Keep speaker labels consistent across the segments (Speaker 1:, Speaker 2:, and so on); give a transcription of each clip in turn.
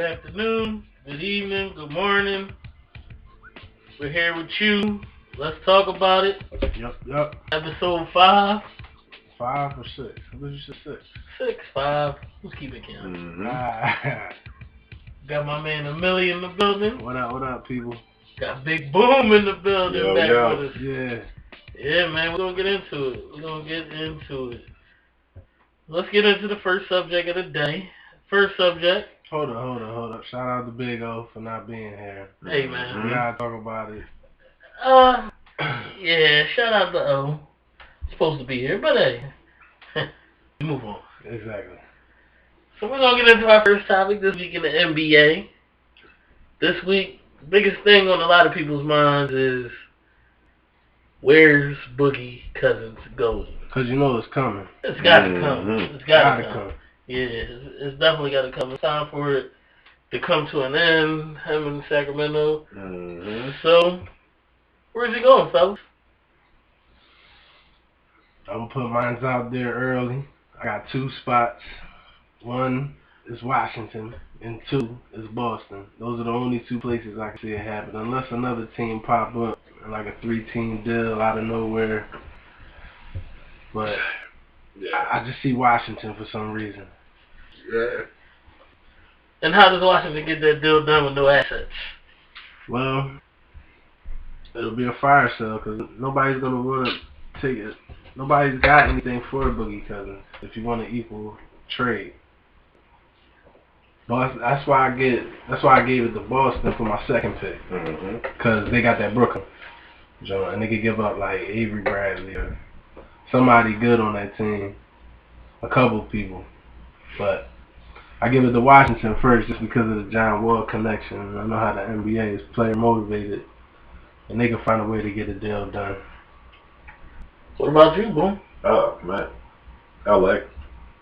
Speaker 1: afternoon, good evening, good morning. We're here with you. Let's talk about it.
Speaker 2: Yep, yep.
Speaker 1: Episode five,
Speaker 2: Five or six. I believe you said six.
Speaker 1: six, five. Let's keep it count.
Speaker 3: Mm-hmm.
Speaker 2: Ah,
Speaker 1: Got my man Amelie in the building.
Speaker 2: what up, what up, people?
Speaker 1: Got Big Boom in the building
Speaker 3: Yo,
Speaker 1: back
Speaker 3: yo.
Speaker 1: with us.
Speaker 2: Yeah.
Speaker 1: Yeah, man, we're gonna get into it. We're gonna get into it. Let's get into the first subject of the day. First subject.
Speaker 2: Hold up, hold up, hold up. Shout out to Big O for not being here.
Speaker 1: Hey, man.
Speaker 2: We
Speaker 3: Mm-hmm.
Speaker 2: gotta talk about it.
Speaker 1: Uh, yeah. Shout out to O. Supposed to be here, but hey, move on.
Speaker 2: Exactly.
Speaker 1: So we're gonna get into our first topic this week in the NBA. This week, biggest thing on a lot of people's minds is where's Boogie Cousins going?
Speaker 2: Cause you know it's coming.
Speaker 1: It's gotta come.
Speaker 3: Mhm.
Speaker 1: It's gotta, come. Yeah, it's, it's definitely gotta come. It's time for it to come to an end. Him in Sacramento.
Speaker 3: Mm-hmm.
Speaker 1: So, where's he going, fellas?
Speaker 2: I'm gonna put mines out there early. I got two spots. One is Washington, and two is Boston. Those are the only two places I can see it happen, unless another team pop up like a three-team deal out of nowhere. But
Speaker 3: Yeah.
Speaker 2: I I just see Washington for some reason.
Speaker 3: yeah.
Speaker 1: And how does Washington get that deal done with no assets?
Speaker 2: Well, it'll be a fire sale because nobody's gonna want to take it. Nobody's got anything for Boogie Cousins if you want an equal trade. But that's why I get. That's why I gave it to Boston for my second pick
Speaker 3: Mm-hmm.
Speaker 2: because they got that Brooklyn, Joe, and they could give up like Avery Bradley or somebody good on that team, a couple people. But I give it to Washington first just because of the John Wall connection. and I know how the NBA is player motivated, and they can find a way to get a deal done.
Speaker 1: What about you, Boom?
Speaker 3: Oh man, I like.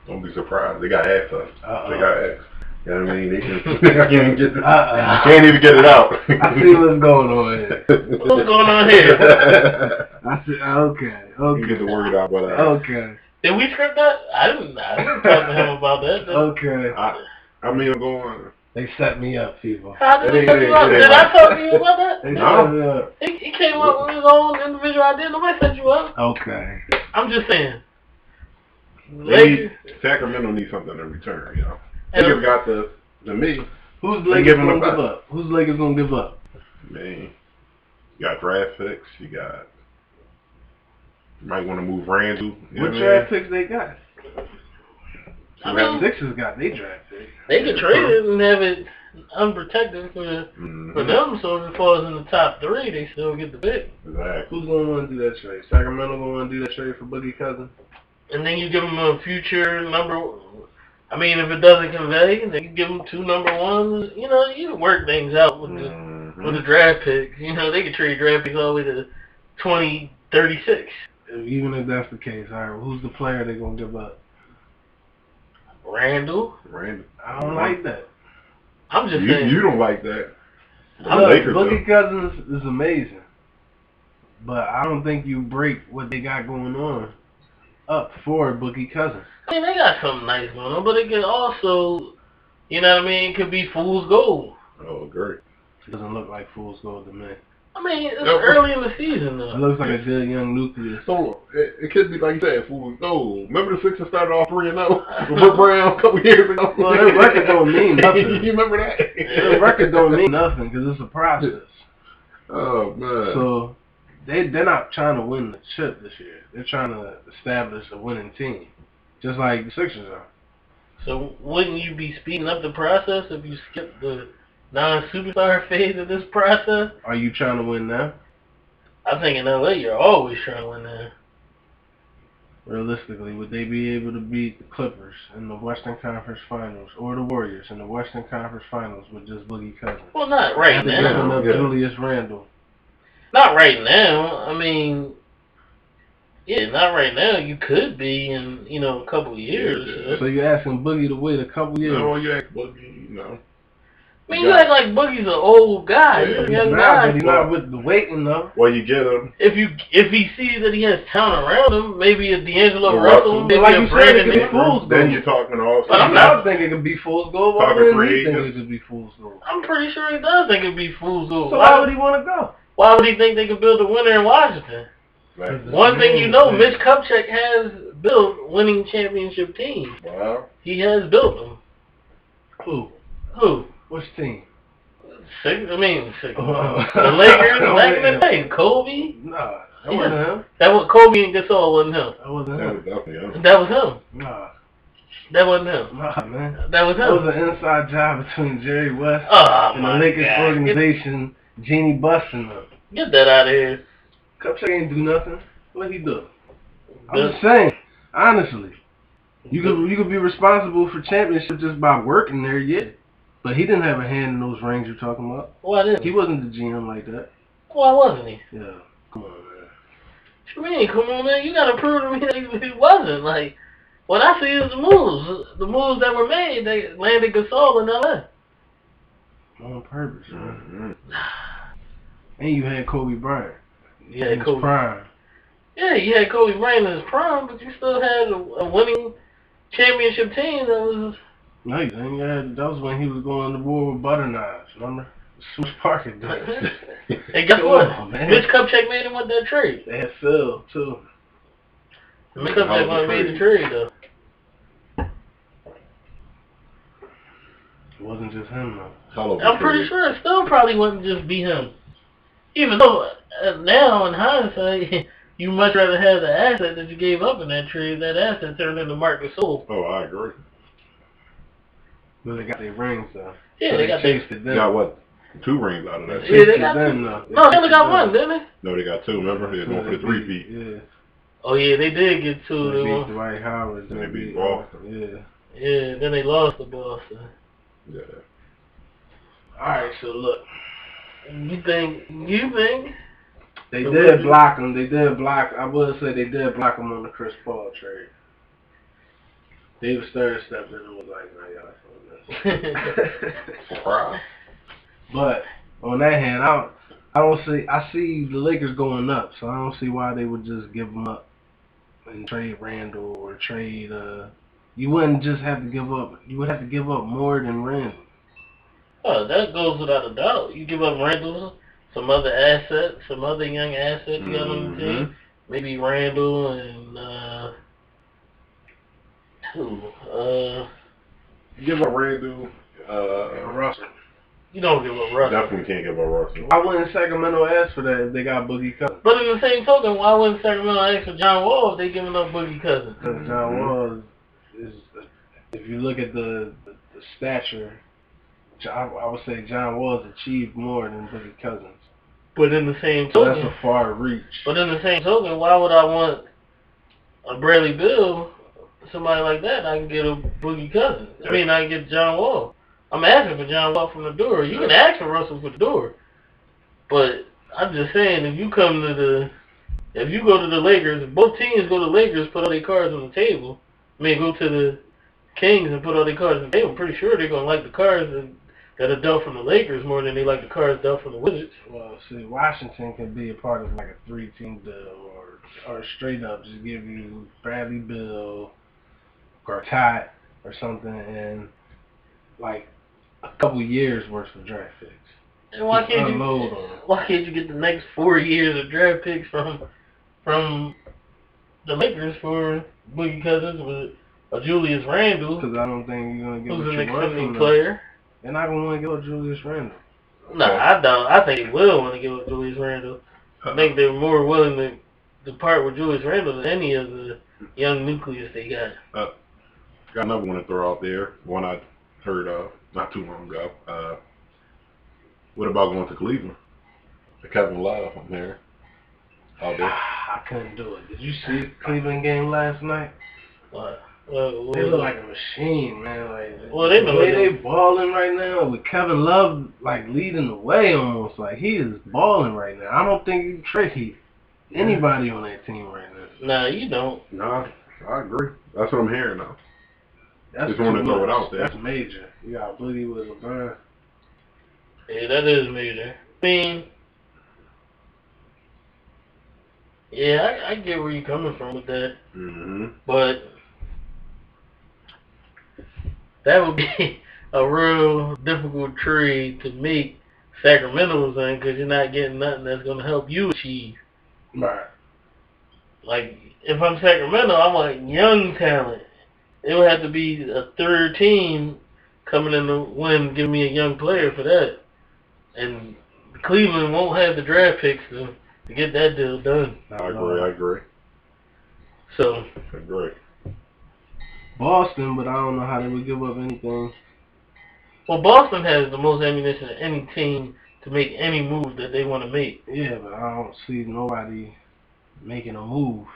Speaker 3: Don't be surprised. They got half us. They
Speaker 2: Uh-uh.
Speaker 3: got X. You know what I mean? They can, they can't even get it.
Speaker 2: Uh-uh.
Speaker 3: Can't even get it out.
Speaker 2: I see what's going on here.
Speaker 1: What's going on here?
Speaker 2: I see. Okay.
Speaker 3: you get
Speaker 2: Okay.
Speaker 3: to work it out, but uh,
Speaker 2: Okay.
Speaker 1: Did we script that? I didn't. I didn't talk to him about that. Did-
Speaker 2: Okay.
Speaker 3: I, I mean, I'm going.
Speaker 2: They set me up, people.
Speaker 1: How did
Speaker 3: It
Speaker 1: we
Speaker 3: ain't-
Speaker 1: talk
Speaker 3: it ain't-
Speaker 1: about?
Speaker 3: it
Speaker 1: Did
Speaker 3: ain't
Speaker 1: I
Speaker 3: like-
Speaker 1: talk to you about
Speaker 2: They
Speaker 1: that?
Speaker 3: No.
Speaker 2: set me up.
Speaker 1: He, he came up with his own individual idea. Nobody set you up.
Speaker 2: Okay.
Speaker 1: I'm just saying.
Speaker 3: They
Speaker 1: Lakers
Speaker 3: need, Sacramento needs something in return. You know, they have
Speaker 1: and
Speaker 3: got the the me.
Speaker 2: Who's
Speaker 3: They
Speaker 2: Lakers
Speaker 3: giving
Speaker 2: gonna
Speaker 3: up.
Speaker 2: give up? Who's Lakers gonna give up?
Speaker 3: Man, you got draft picks. You got. You might want to move Randall. You know
Speaker 2: What
Speaker 3: what I
Speaker 2: draft
Speaker 3: mean?
Speaker 2: picks they got?
Speaker 1: I
Speaker 3: You
Speaker 1: mean,
Speaker 2: Sixers got they draft picks.
Speaker 1: they could trade it and have it unprotected for,
Speaker 3: got- Mhm.
Speaker 1: for them. So if it falls in the top three, they still get the pick.
Speaker 3: Exactly.
Speaker 2: Who's gonna want to do that trade? Sacramento gonna want to do that trade for Boogie Cousins?
Speaker 1: And then you give them a future number. I mean, if it doesn't convey, then you give them two number ones. You know, you can work things out with the with
Speaker 3: Mhm.
Speaker 1: the draft picks. You know, they could trade draft picks all the way to 20, 36.
Speaker 2: If- Even if that's the case, all right. Who's the player they gonna give up?
Speaker 1: Randall.
Speaker 3: Randall.
Speaker 2: I don't like that.
Speaker 1: I'm just
Speaker 3: You,
Speaker 1: saying.
Speaker 3: you don't like that. The
Speaker 1: I'm
Speaker 2: Look,
Speaker 3: Lakers, though.
Speaker 2: Boogie Cousins is amazing, but I don't think you break what they got going on up for Boogie Cousins.
Speaker 1: I mean, they got something nice going on, but it could also, you know what I mean, it could be fool's gold.
Speaker 3: Oh, great.
Speaker 2: It doesn't look like fool's gold to me.
Speaker 1: I mean, it's
Speaker 3: Nope.
Speaker 1: early in the season,
Speaker 2: It
Speaker 1: though.
Speaker 2: looks like a good young nucleus.
Speaker 3: So it, it could be like you said, fool. No, remember the Sixers started off three and zero with Brett Brown a couple years ago.
Speaker 2: Well, that record don't mean nothing.
Speaker 3: you remember that?
Speaker 2: The record don't mean nothing because it's a process.
Speaker 3: Oh man.
Speaker 2: So they they're not trying to win the chip this year. They're trying to establish a winning team, just like the Sixers are.
Speaker 1: So wouldn't you be speeding up the process if you skip the non-superstar phase of this process?
Speaker 2: Are you trying to win now?
Speaker 1: I think in LA, you're always trying to win there.
Speaker 2: Realistically, would they be able to beat the Clippers in the Western Conference Finals or the Warriors in the Western Conference Finals with just Boogie Cousins?
Speaker 1: Well, not right
Speaker 2: After
Speaker 1: now.
Speaker 2: giving up
Speaker 3: Yeah.
Speaker 2: Julius Randle.
Speaker 1: Not right now. I mean, yeah, not right now. You could be in, you know, a couple of years.
Speaker 3: Yeah, yeah.
Speaker 2: So you're asking Boogie to wait a couple
Speaker 3: you
Speaker 2: years?
Speaker 3: know, you ask Boogie, you know.
Speaker 1: I mean, you act like Boogie's an old guy. He's a
Speaker 3: Yeah.
Speaker 1: young
Speaker 2: Nah,
Speaker 1: guy.
Speaker 2: but he's not with the waiting though.
Speaker 3: Well, you get him.
Speaker 1: If you if he sees that he has talent around him, maybe a D'Angelo
Speaker 3: Well,
Speaker 1: Russell,
Speaker 3: Russell.
Speaker 1: maybe
Speaker 2: Like you
Speaker 1: a
Speaker 2: said,
Speaker 1: Brandon.
Speaker 2: it could be
Speaker 1: Ingram.
Speaker 2: fools,
Speaker 3: Then
Speaker 2: though.
Speaker 3: you're talking all.
Speaker 1: But I'm
Speaker 2: I
Speaker 1: not-
Speaker 2: don't think it could be fool's gold. Why
Speaker 3: Talking
Speaker 2: would
Speaker 3: free
Speaker 2: he think it
Speaker 3: agents.
Speaker 2: could be fool's gold?
Speaker 1: I'm pretty sure he does think it'd be fools.
Speaker 2: So
Speaker 1: gold.
Speaker 2: why would he want to go?
Speaker 1: Why would he think they could build a winner in Washington?
Speaker 3: Exactly.
Speaker 1: One thing you know,
Speaker 2: Yeah.
Speaker 1: Mitch Kupchak has built winning championship teams.
Speaker 3: Wow.
Speaker 1: He has built them.
Speaker 2: Who?
Speaker 1: Who?
Speaker 2: Which team?
Speaker 1: Six, I mean, six.
Speaker 2: Oh.
Speaker 1: the Lakers
Speaker 2: Oh,
Speaker 1: back in
Speaker 2: man.
Speaker 1: the day. Kobe.
Speaker 2: Nah, that
Speaker 1: Yeah.
Speaker 2: wasn't him.
Speaker 1: That was Kobe and Gasol wasn't him.
Speaker 2: That wasn't
Speaker 3: That was
Speaker 2: him.
Speaker 3: definitely him.
Speaker 1: That was him.
Speaker 2: Nah,
Speaker 1: That wasn't him.
Speaker 2: nah, man.
Speaker 1: That was
Speaker 2: That
Speaker 1: him.
Speaker 2: was an inside job between Jerry West
Speaker 1: Oh
Speaker 2: and the
Speaker 1: my
Speaker 2: Lakers
Speaker 1: God. Get,
Speaker 2: organization, Genie busting them.
Speaker 1: get that out of here.
Speaker 2: Kupchak ain't do nothing. What he do? I'm
Speaker 1: This-
Speaker 2: just saying, honestly, you could you could be responsible for championship just by working there, yeah. But he didn't have a hand in those rings you're talking about.
Speaker 1: Why didn't
Speaker 2: He wasn't the GM like that.
Speaker 1: Why wasn't he?
Speaker 2: Yeah, come on, man.
Speaker 1: What you mean? Come on, man. You gotta prove to me that he, he wasn't. Like, what I see is the moves. The moves that were made, they landed Gasol in L.A.
Speaker 2: On purpose, man.
Speaker 1: Mm-hmm.
Speaker 3: Mhm.
Speaker 2: And you had Kobe Bryant.
Speaker 1: Yeah,
Speaker 2: in his
Speaker 1: Kobe.
Speaker 2: prime.
Speaker 1: Yeah, you had Kobe Bryant in his prime, but you still had a, a winning championship team that was.
Speaker 2: No, you didn't. You had- that was when he was going to war with butter knives. Remember? Swiss Parker did.
Speaker 1: And guess
Speaker 2: Come
Speaker 1: what?
Speaker 2: on, man.
Speaker 1: Mitch Kupchak made him with that trade.
Speaker 2: They had Phil too.
Speaker 1: Mitch
Speaker 3: That was
Speaker 1: Kupchak
Speaker 3: a
Speaker 1: would have made the
Speaker 3: trade.
Speaker 1: trade though.
Speaker 2: It wasn't just him though.
Speaker 3: Hell of a
Speaker 1: I'm pretty
Speaker 3: trade.
Speaker 1: sure it still probably wouldn't just be him. Even though uh, now in hindsight, you much rather have the asset that you gave up in that trade. That asset turned into Marcus Gasol.
Speaker 3: Oh, I agree.
Speaker 2: But they got their rings though.
Speaker 1: Yeah, they got that.
Speaker 2: chased it
Speaker 3: They
Speaker 2: then.
Speaker 3: got what? Two rings out of that.
Speaker 1: Yeah,
Speaker 3: shit.
Speaker 1: they got
Speaker 2: them though.
Speaker 1: No, they only got
Speaker 2: chased it
Speaker 1: one, didn't
Speaker 2: then.
Speaker 1: they?
Speaker 3: No, they got two. Remember, they going for the three feet.
Speaker 2: Yeah.
Speaker 1: Oh yeah, they did get two.
Speaker 2: They
Speaker 1: They
Speaker 2: beat
Speaker 1: won.
Speaker 2: Dwight Howard.
Speaker 3: They beat Boston.
Speaker 2: Yeah.
Speaker 1: Yeah, then they lost to Boston.
Speaker 3: Yeah.
Speaker 2: All right, so look,
Speaker 1: You think? You think?
Speaker 2: they
Speaker 1: So what
Speaker 2: did
Speaker 1: you-
Speaker 2: block him. They did block. I would say they did block him on the Chris Paul trade. David Stern stepped in and was like, "Nah, y'all doing this."
Speaker 3: Surprise.
Speaker 2: but on that hand, I don't- I don't see. I see the Lakers going up, so I don't see why they would just give him up and trade Randall or trade. uh You wouldn't just have to give up. You would have to give up more than Randall.
Speaker 1: Oh, that goes without a doubt. You give up Randall, some other asset, some other young asset you got on the team.
Speaker 3: Mhm.
Speaker 1: maybe Randall and uh who? Uh
Speaker 3: Give up Randall. Uh,
Speaker 2: Russell.
Speaker 1: you don't give up Russell.
Speaker 3: definitely can't give up Russell.
Speaker 2: Why wouldn't Sacramento ask for that if they got Boogie Cousins?
Speaker 1: But in the same token, why wouldn't Sacramento ask for John Wall if they giving up Boogie Cousins?
Speaker 3: Mm-hmm.
Speaker 2: Because John Wall is, if you look at the the, the stature, John, I would say John Wall's achieved more than Boogie Cousins.
Speaker 1: But in the same
Speaker 2: So that's
Speaker 1: token,
Speaker 2: a far reach.
Speaker 1: but in the same token, why would I want a Bradley Bill, somebody like that? I can get a Boogie Cousins. I mean, I can get John Wall. I'm asking for John Wall from the door. You can ask for Russell for the door, but I'm just saying if you come to the if you go to the Lakers, if both teams go to the Lakers, put all their cards on the table. I mean, go to the Kings and put all their cards on the table. I'm pretty sure they're gonna like the cards that, that are dealt from the Lakers more than they like the cards dealt from the Wizards.
Speaker 2: Well, see, Washington could be a part of like a three-team deal, or or straight up just give you Bradley Bill, Gartot, or something, and like a couple years worth of draft picks.
Speaker 1: And why can't you
Speaker 2: Unload on 'em.
Speaker 1: why can't you get the next four years of draft picks from from the Lakers for Boogie Cousins with a Julius Randle,
Speaker 2: Because I don't think you're going to get
Speaker 1: who's
Speaker 2: what
Speaker 1: an
Speaker 2: you want
Speaker 1: exciting
Speaker 2: from them.
Speaker 1: player?
Speaker 2: They're not going to want to get Julius Randle.
Speaker 1: No, I don't. I think they will want to give up Julius Randle.
Speaker 3: Uh,
Speaker 1: I think they're more willing to, to part with Julius Randle than any of the young nucleus they got.
Speaker 3: Got another one to throw out there. One I heard of not too long ago. Uh, what about going to Cleveland? The Kevin Love, I'm here. Out there.
Speaker 2: Ah, I couldn't do it. Did you see the Cleveland game last night?
Speaker 1: Like, well,
Speaker 2: They look like a machine, man. Like
Speaker 1: Well, they
Speaker 2: the
Speaker 1: know
Speaker 2: way
Speaker 1: they-
Speaker 2: they balling right now with Kevin Love like leading the way almost. Like he is balling right now. I don't think you tricky anybody on that team right now.
Speaker 1: nah, you don't.
Speaker 3: Nah, I agree. That's what I'm hearing now.
Speaker 2: That's
Speaker 3: Just wanted to
Speaker 2: too
Speaker 3: throw it
Speaker 2: much.
Speaker 3: out there.
Speaker 2: That's major. You got Boogie with LeBron.
Speaker 1: Yeah, that is major. I mean, yeah, I, I get where you're coming from with that,
Speaker 3: Mm-hmm.
Speaker 1: but that would be a real difficult trade to make Sacramento's in because you're not getting nothing that's going to help you achieve.
Speaker 2: Right.
Speaker 1: Like, if I'm Sacramento, I want young talent. It would have to be a third team coming in to win, give me a young player for that. And Cleveland won't have the draft picks to, to get that deal done.
Speaker 3: I agree. I agree.
Speaker 1: So,
Speaker 3: I agree.
Speaker 2: Boston, but I don't know how they would give up anything.
Speaker 1: well, Boston has the most ammunition of any team to make any move that they want to make.
Speaker 2: Yeah, but I don't see nobody making a move.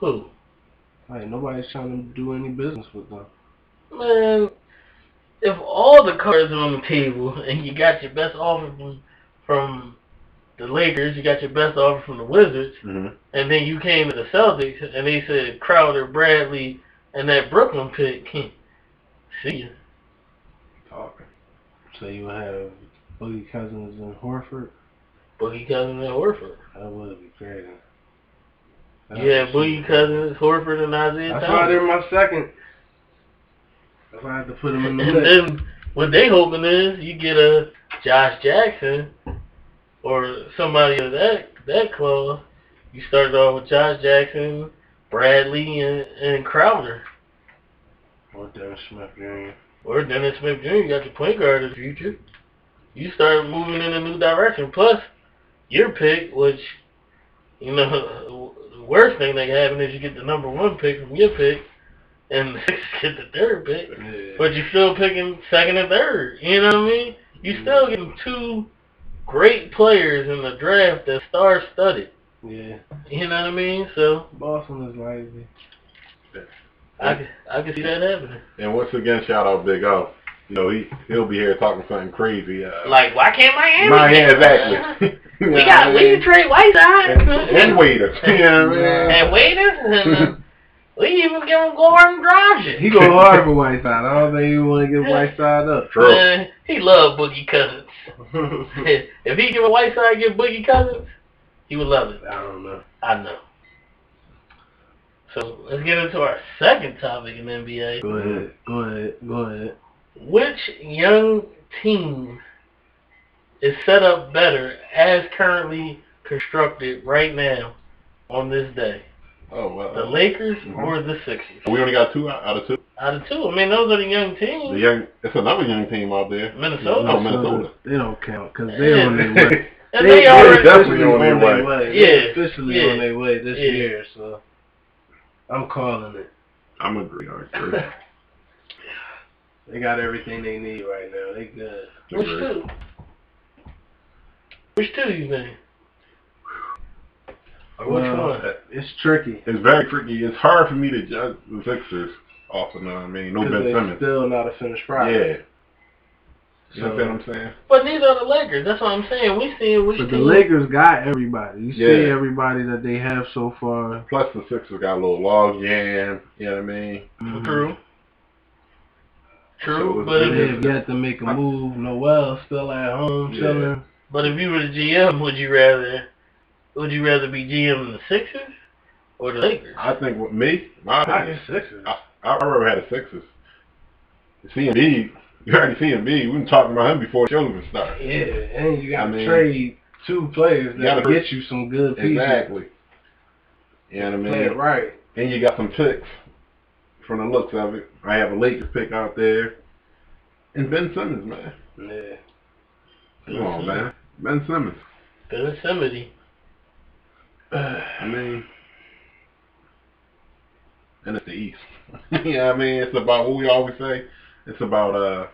Speaker 1: Who?
Speaker 2: Like nobody's trying to do any business with them.
Speaker 1: Man, if all the cards are on the table and you got your best offer from, from the Lakers, you got your best offer from the Wizards,
Speaker 3: Mm-hmm.
Speaker 1: And then you came to the Celtics, and they said Crowder, Bradley, and that Brooklyn pick. Hmm. See ya.
Speaker 2: Talking. So you have Boogie Cousins and Horford.
Speaker 1: Boogie Cousins and Horford.
Speaker 2: That would be crazy.
Speaker 1: Yeah, Boogie Cousins, Horford, and Isaiah
Speaker 2: That's why
Speaker 1: Thomas.
Speaker 2: they're my second. That's why I had to put them in
Speaker 1: And
Speaker 2: the mix.
Speaker 1: then what they hoping is you get a Josh Jackson or somebody of that that clause. You started off with Josh Jackson, Bradley, and, and Crowder.
Speaker 2: Or Devin Smith Jr.
Speaker 1: Or Dennis Smith Jr. You got your point guard of the future. You start moving in a new direction. Plus, your pick, which you know, the worst thing that can happen is you get the number one pick from your pick, and get the third pick.
Speaker 2: Yeah.
Speaker 1: But you're still picking second and third. You know what I mean? You still getting two great players in the draft that star studded.
Speaker 2: yeah.
Speaker 1: You know what I mean? So
Speaker 2: Boston is lazy.
Speaker 1: I can I can see that happening.
Speaker 3: And once again, shout out Big O. You know he he'll be here talking something crazy. Uh,
Speaker 1: Like why can't Miami?
Speaker 3: Miami,
Speaker 1: get that?
Speaker 3: exactly. You know
Speaker 1: We got
Speaker 3: what I mean?
Speaker 1: we can trade Whiteside.
Speaker 3: and, and waiters. You know what I mean?
Speaker 1: And waiters, and uh, we even give him Gordon Dragic.
Speaker 2: He go hard for Whiteside. I don't think he want to give Whiteside up.
Speaker 3: True.
Speaker 1: Man, he love Boogie Cousins. if he give a white side give Boogie Cousins, he would love it.
Speaker 2: I don't know.
Speaker 1: I know. So let's get into our second topic in NBA.
Speaker 2: Go ahead. Go ahead. Go ahead.
Speaker 1: Which young team is set up better as currently constructed right now on this day?
Speaker 3: Oh
Speaker 1: The
Speaker 3: well.
Speaker 1: Lakers or the Sixers?
Speaker 3: We only got two out out of two.
Speaker 1: Out of two, I mean those are the young
Speaker 3: The
Speaker 1: teams.
Speaker 3: young, it's another young team out there.
Speaker 1: Minnesota.
Speaker 3: Oh, Minnesota.
Speaker 2: They don't count because they're on their way.
Speaker 1: And they already
Speaker 3: definitely on their way.
Speaker 2: They're
Speaker 1: Yeah,
Speaker 2: officially
Speaker 1: yeah,
Speaker 2: on their way this
Speaker 1: yeah.
Speaker 2: year, so I'm calling it.
Speaker 3: I'm agree. I agree.
Speaker 2: They got everything they need right now. They good.
Speaker 1: Which two? Which two do you think? Or which
Speaker 2: Well,
Speaker 1: one?
Speaker 2: It's tricky
Speaker 3: It's very tricky. It's hard for me to judge the Sixers. Also, know what I mean? No
Speaker 2: because
Speaker 3: Ben
Speaker 2: they're
Speaker 3: Simmons.
Speaker 2: still not a finished product.
Speaker 3: Yeah. You
Speaker 2: So-
Speaker 3: understand what I'm saying?
Speaker 1: But these are the Lakers. That's what I'm saying. We seeing which
Speaker 2: But the
Speaker 1: team.
Speaker 2: Lakers got everybody. You see
Speaker 3: Yeah.
Speaker 2: everybody that they have so far.
Speaker 3: Plus, the Sixers got a little log jam. You know what I mean?
Speaker 1: True.
Speaker 3: Mm-hmm. So
Speaker 1: True,
Speaker 3: it's
Speaker 1: but
Speaker 2: Mm-hmm. They
Speaker 1: if,
Speaker 2: have yet to make a move. Noel still at home
Speaker 3: Yeah.
Speaker 2: chilling.
Speaker 1: but if you were the GM, would you rather would you rather be GM in the Sixers or the Lakers?
Speaker 3: I think with me,
Speaker 2: I
Speaker 3: my opinion,
Speaker 2: guess Sixers.
Speaker 3: I, I remember had a Sixers. CMB, you already CMB. We been talking about him before the show even started.
Speaker 2: Yeah, and you got
Speaker 3: I
Speaker 2: to
Speaker 3: mean,
Speaker 2: trade two players
Speaker 3: you
Speaker 2: that
Speaker 3: gotta-
Speaker 2: get you some good pieces.
Speaker 3: Exactly. You know what I
Speaker 2: Play
Speaker 3: mean?
Speaker 2: it right.
Speaker 3: And you got some picks from the looks of it. I have a Lakers pick out there. And Ben Simmons, man.
Speaker 2: Yeah.
Speaker 3: Come on, man. Ben Simmons.
Speaker 1: Ben Simmons.
Speaker 3: I mean, and it's the East. yeah, I mean, it's about what we always say. It's about uh,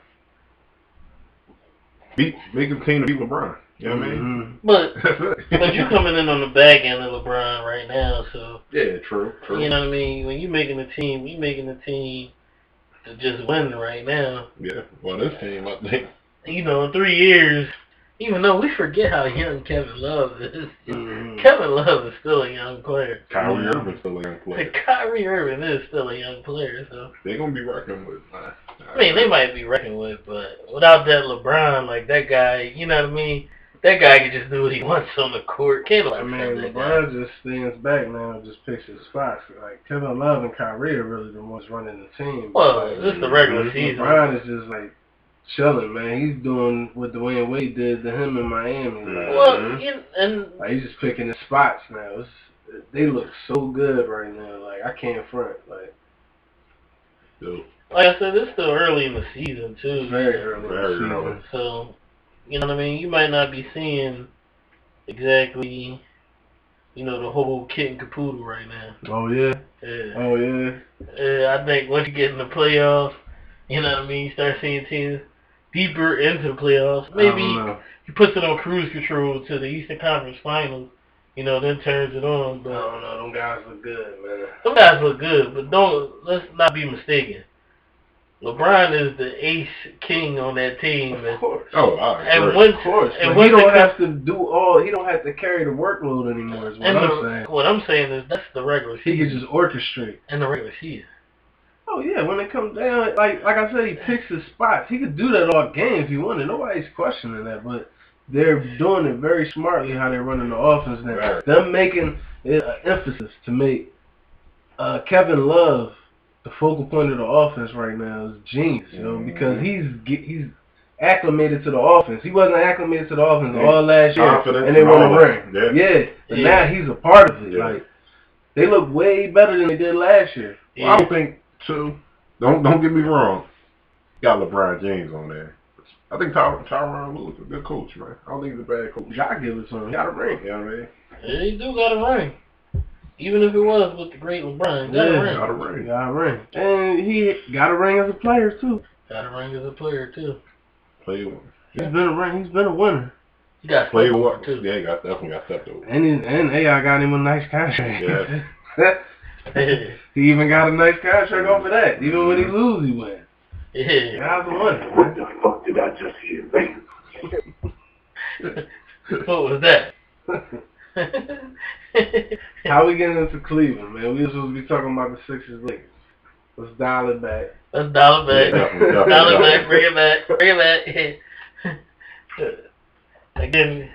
Speaker 3: beat make the team to beat LeBron. You know what I mean?
Speaker 2: Mhm.
Speaker 1: But
Speaker 3: That's it.
Speaker 1: but you coming in on the back end of LeBron right now, so
Speaker 3: yeah, true, true.
Speaker 1: You know what I mean? When you making a team, you making a team to just win right now.
Speaker 3: Yeah. Well, this team, I think.
Speaker 1: You know, in three years, Even though we forget how young Kevin Love is,
Speaker 3: Mm-hmm.
Speaker 2: Mhm.
Speaker 1: Kevin Love is still a young player.
Speaker 3: Kyrie Irving's still a young player.
Speaker 1: Kyrie Irving is still a young player, so
Speaker 3: They're gonna be rocking with. Uh,
Speaker 1: I mean they might be reckoned with, but without that LeBron, like that guy, you know what I mean? That guy can just do what he wants on the court. Can't
Speaker 2: Mm-hmm. I
Speaker 1: like
Speaker 2: mean,
Speaker 1: that guy.
Speaker 2: LeBron just stands back now and just picks his spots. Like, Kevin Love and Kyrie are really the ones running the team.
Speaker 1: Well,
Speaker 2: Like,
Speaker 1: this is the regular
Speaker 3: Mhm.
Speaker 1: season.
Speaker 2: LeBron is just, like, chilling, man. He's doing what Dwayne Wade did to him in Miami. Like,
Speaker 1: Well, you, and
Speaker 2: Like he's just picking his spots now. It's, they look so good right now. Like I can't front. Like
Speaker 3: still
Speaker 1: like I said, it's still early in the season too.
Speaker 2: it's very early. in the
Speaker 3: Very
Speaker 2: season.
Speaker 3: early.
Speaker 1: So, you know what I mean? You might not be seeing exactly, you know, the whole kit and caboodle right now.
Speaker 2: Oh yeah.
Speaker 1: Yeah.
Speaker 2: Oh yeah.
Speaker 1: yeah I think once you get in the playoffs, you know what I mean, you start seeing teams deeper into the playoffs.
Speaker 2: I
Speaker 1: Maybe
Speaker 2: don't know.
Speaker 1: he puts it on cruise control to the Eastern Conference Finals, you know, then turns it on.
Speaker 2: I
Speaker 1: But
Speaker 2: don't know. Them guys look good, man.
Speaker 1: some guys look good, but don't let's not be mistaken. LeBron is the ace king on that team,
Speaker 2: Of
Speaker 1: and,
Speaker 2: course.
Speaker 3: Oh, I agree.
Speaker 1: and once
Speaker 2: Of course.
Speaker 1: and
Speaker 2: And
Speaker 1: once
Speaker 2: he
Speaker 1: they
Speaker 2: don't
Speaker 1: come-
Speaker 2: have to do all. He don't have to carry the workload anymore. Is what
Speaker 1: And
Speaker 2: I'm
Speaker 1: the-
Speaker 2: saying.
Speaker 1: What I'm saying is that's the regular
Speaker 2: He
Speaker 1: season.
Speaker 2: can just orchestrate.
Speaker 1: and the regular season.
Speaker 2: Oh yeah, when it comes down, like like I said, he picks his spots. He could do that all game if he wanted. Nobody's questioning that, but they're doing it very smartly how they're running the offense now.
Speaker 3: Right.
Speaker 2: Them making it an emphasis to make uh, Kevin Love the focal point of the offense right now is genius, you know,
Speaker 3: Mm-hmm.
Speaker 2: because he's ge- he's acclimated to the offense. He wasn't acclimated to the offense
Speaker 3: Yeah.
Speaker 2: all last year,
Speaker 3: Confidence
Speaker 2: and they
Speaker 3: and
Speaker 2: won a
Speaker 3: all that.
Speaker 2: ring. Yeah, but
Speaker 1: Yeah.
Speaker 2: now he's a part of it.
Speaker 3: Yeah.
Speaker 2: Like they look way better than they did last year.
Speaker 3: Well, I don't think too. Don't don't get me wrong. Got LeBron James on there. I think Ty, Tyronn Lue is a good coach, man. I don't think he's a bad coach.
Speaker 2: Y'all give it to him.
Speaker 3: He got a ring, you know what I mean?
Speaker 1: Yeah, he do got a ring. Even if it was with the great LeBron, he got
Speaker 2: Yeah.
Speaker 1: a ring.
Speaker 3: Got a ring.
Speaker 2: Got a ring. And he got a ring as a player too.
Speaker 1: Got a ring as a player too.
Speaker 3: Played one.
Speaker 2: He's been a ring. He's been a winner.
Speaker 1: He got
Speaker 3: Played
Speaker 1: stepped over
Speaker 3: one.
Speaker 1: too.
Speaker 3: Yeah, he got definitely got stepped over.
Speaker 2: And he, and AI got him a nice contract. Yeah.
Speaker 1: Yeah,
Speaker 2: he even got a nice contract off of that. Even when he lose, he win.
Speaker 1: yeah.
Speaker 2: Guy's a winner. man.
Speaker 3: the fuck did I just hear?
Speaker 1: What was that?
Speaker 2: How we getting into Cleveland, man? We was supposed to be talking about the Sixers Lakers. Let's dial it back.
Speaker 1: That's dollar back.
Speaker 3: definitely, definitely,
Speaker 1: Dollar back.
Speaker 3: definitely.
Speaker 1: Bring it back. Bring it back. Again,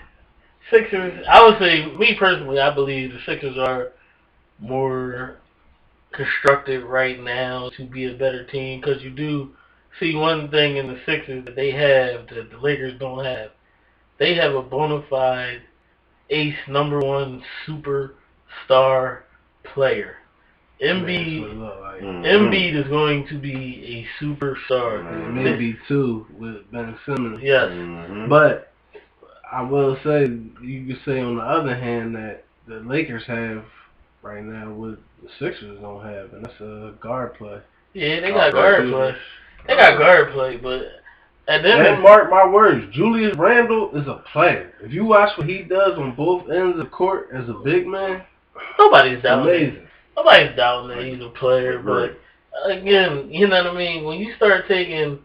Speaker 1: Sixers. I would say, me personally, I believe the Sixers are more constructed right now to be a better team because you do see one thing in the Sixers that they have that the Lakers don't have. They have a bona fide ace number one superstar player.
Speaker 2: Man,
Speaker 1: Embiid
Speaker 2: that's what it look like.
Speaker 3: Mm. Mm-hmm.
Speaker 1: Embiid is going to be a superstar.
Speaker 2: And Maybe two with Ben Simmons.
Speaker 1: Yes.
Speaker 3: Mhm.
Speaker 2: But I will say you could say on the other hand that the Lakers have right now what the Sixers don't have, and that's a guard play.
Speaker 1: Yeah, they
Speaker 3: Not
Speaker 1: got guard
Speaker 3: bad.
Speaker 1: play. They got guard play, but at the end
Speaker 2: And
Speaker 1: of
Speaker 2: mark my words, Julius Randle is a player. If you watch what he does on both ends of the court as a big man,
Speaker 1: nobody's doubting.
Speaker 2: amazing.
Speaker 1: Nobody's doubting that he's a player, but
Speaker 3: Right.
Speaker 1: again, you know what I mean. When you start taking